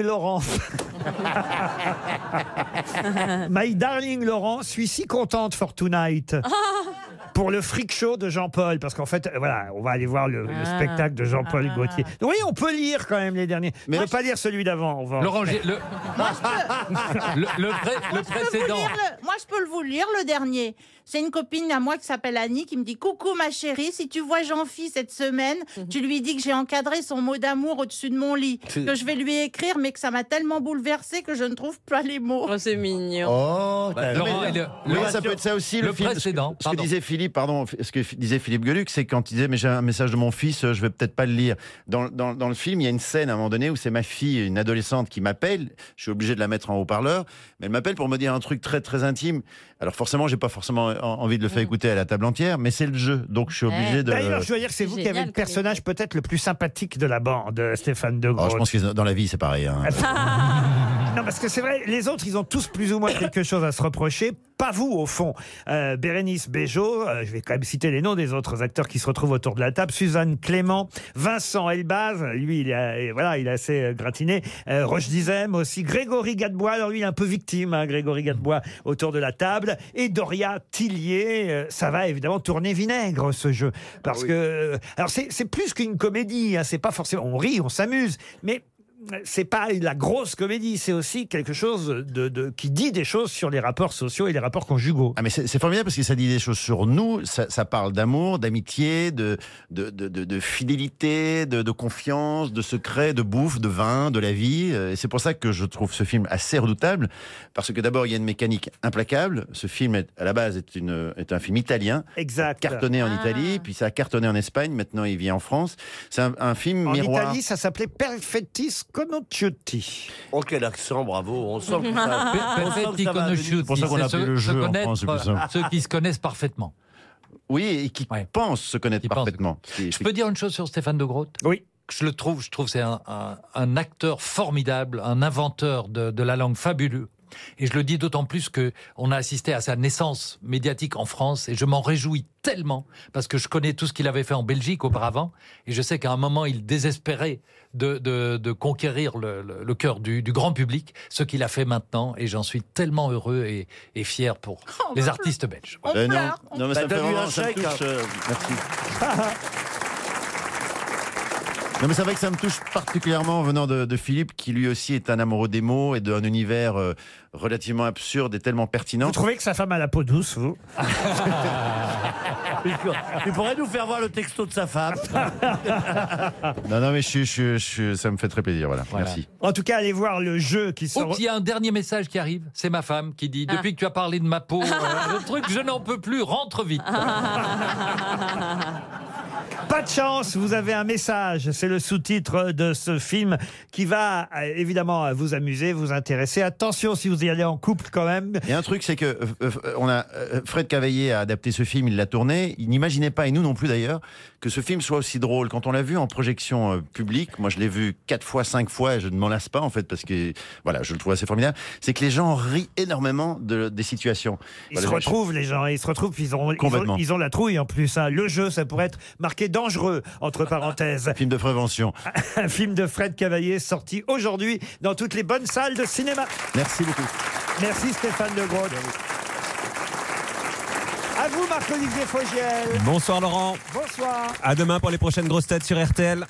Laurent. Bah, My darling Laurent, suis si contente for tonight. Pour le freak show de Jean-Paul, parce qu'en fait, euh, voilà, on va aller voir le, le Ah. spectacle de Jean-Paul Gaultier. Donc, oui, on peut lire quand même les derniers. Mais ne pas lire celui d'avant. on va- Laurent, j'ai- le, le, le pré- Je peux le vous précédent. lire le- Moi, je peux vous lire le dernier. C'est une copine à moi qui s'appelle Annie qui me dit Coucou ma chérie, si tu vois Jean-Phi cette semaine, Mhm. tu lui dis que j'ai encadré son mot d'amour au-dessus de mon lit, que je vais lui écrire, mais que ça m'a tellement bouleversée que je ne trouve pas les mots. c'est mignon. Oh, Bah, Laurent, et le- Oui, le- ça peut être ça aussi, le, le film, précédent, Ce que, ce que pardon. disait Philippe aussi, pardon, ce que disait Philippe Geluc, c'est quand il disait mais j'ai un message de mon fils, euh, je vais peut-être pas le lire. Dans, dans- dans le film, il y a une scène à un moment donné où c'est ma fille, une adolescente, qui m'appelle. Je suis obligé de la mettre en haut-parleur, mais elle m'appelle pour me dire un truc très très intime. Alors forcément, j'ai pas forcément euh, en- envie de le faire écouter à la table entière, mais c'est le jeu, donc je suis obligé de. Mm. Eh, D'ailleurs, je dois dire que c'est vous qui avez le personnage peut-être le plus sympathique de la bande, euh, Stéphane De Alors, Groot. Oh, je pense que dans la vie, c'est pareil. hein. Non, parce que c'est vrai, les autres, ils ont tous plus ou moins quelque chose à se reprocher. Pas vous, au fond. Euh, Bérénice Bejo, euh, je vais quand même citer les noms des autres acteurs qui se retrouvent autour de la table. Suzanne Clément, Vincent Elbaz, lui, il est, euh, voilà, il est assez euh, gratiné. Euh, Roche Dizem aussi. Grégory Gadebois, alors lui, il est un peu victime, hein, Grégory Gadebois, autour de la table. Et Doria Tillier, euh, ça va évidemment tourner vinaigre, ce jeu. Parce que. euh, Alors, c'est c'est plus qu'une comédie, hein, c'est pas forcément. On rit, on s'amuse, mais c'est pas la grosse comédie, c'est aussi quelque chose de, de- qui dit des choses sur les rapports sociaux et les rapports conjugaux. Ah mais c'est c'est formidable parce que ça dit des choses sur nous, ça, ça parle d'amour, d'amitié, de, de, de, de- de fidélité, de, de confiance, de secret, de bouffe, de vin, de la vie. Euh, Et c'est pour ça que je trouve ce film assez redoutable, parce que d'abord il y a une mécanique implacable. Ce film est- à la base est, une, est un film italien, exact. cartonné Ah. en Italie, puis ça a cartonné en Espagne, maintenant il vit en France. C'est un, un film En miroir. Italie, ça s'appelait Perfettis Conosciuti. Oh, quel accent, bravo. On sent que ça, on sent que Perfetti ça va conosciuti, venir. c'est se- se connaître, Ceux qui se connaissent parfaitement. Oui, et qui pensent se connaître parfaitement. Je peux dire une chose sur Stéphane de Groot Oui. Je le trouve, je trouve c'est un, un- un acteur formidable, un inventeur de, de la langue fabuleux. Et je le dis d'autant plus que on a assisté à sa naissance médiatique en France et je m'en réjouis tellement parce que je connais tout ce qu'il avait fait en Belgique auparavant et je sais qu'à un moment il désespérait de, de- de conquérir le, le- le cœur du, du grand public, ce qu'il a fait maintenant et j'en suis tellement heureux et, et fier pour les artistes belges. Euh, non, non, mais ça me fait vraiment- ça me hein. touche, euh, merci. Non, mais c'est vrai que ça me touche particulièrement venant de, de Philippe, qui lui aussi est un amoureux des mots et d'un univers euh, relativement absurde et tellement pertinent. Vous trouvez que sa femme a la peau douce, vous Tu pourrais nous faire voir le texto de sa femme Non, non, mais je, suis- je suis- je suis- ça me fait très plaisir, voilà. Merci. En tout cas, allez voir le jeu qui Oh, il y a un dernier message qui arrive. C'est ma femme qui dit Ah. Depuis que tu as parlé de ma peau, euh, le truc, je n'en peux plus, rentre vite. Pas de chance, vous avez un message. C'est le sous-titre de ce film qui va euh, évidemment vous amuser, vous intéresser. Attention si vous y allez en couple quand même. Il y a un truc, c'est que euh, euh, on a euh, Fred Cavaillé a adapté ce film, il l'a tourné. Il n'imaginait pas, et nous non plus d'ailleurs, que ce film soit aussi drôle. Quand on l'a vu en projection euh, publique, moi je l'ai vu quatre fois, cinq fois, et je ne m'en lasse pas en fait parce que voilà, je le trouve assez formidable. C'est que les gens rient énormément de, des situations. Ils Voilà, se je- retrouvent, les gens, ils se retrouvent, puis ils ont, ils ont, Bah, Complètement. ils ont la trouille en plus. hein. Le jeu, ça pourrait être marqué dangereux, entre parenthèses. Film de prévention. Un film de Fred Cavaillé sorti aujourd'hui dans toutes les bonnes salles de cinéma. Merci beaucoup. Merci Stéphane De Groot. À vous Marc-Olivier Fogiel. Bonsoir Laurent. Bonsoir. Ah. À demain pour les prochaines grosses têtes sur RTL.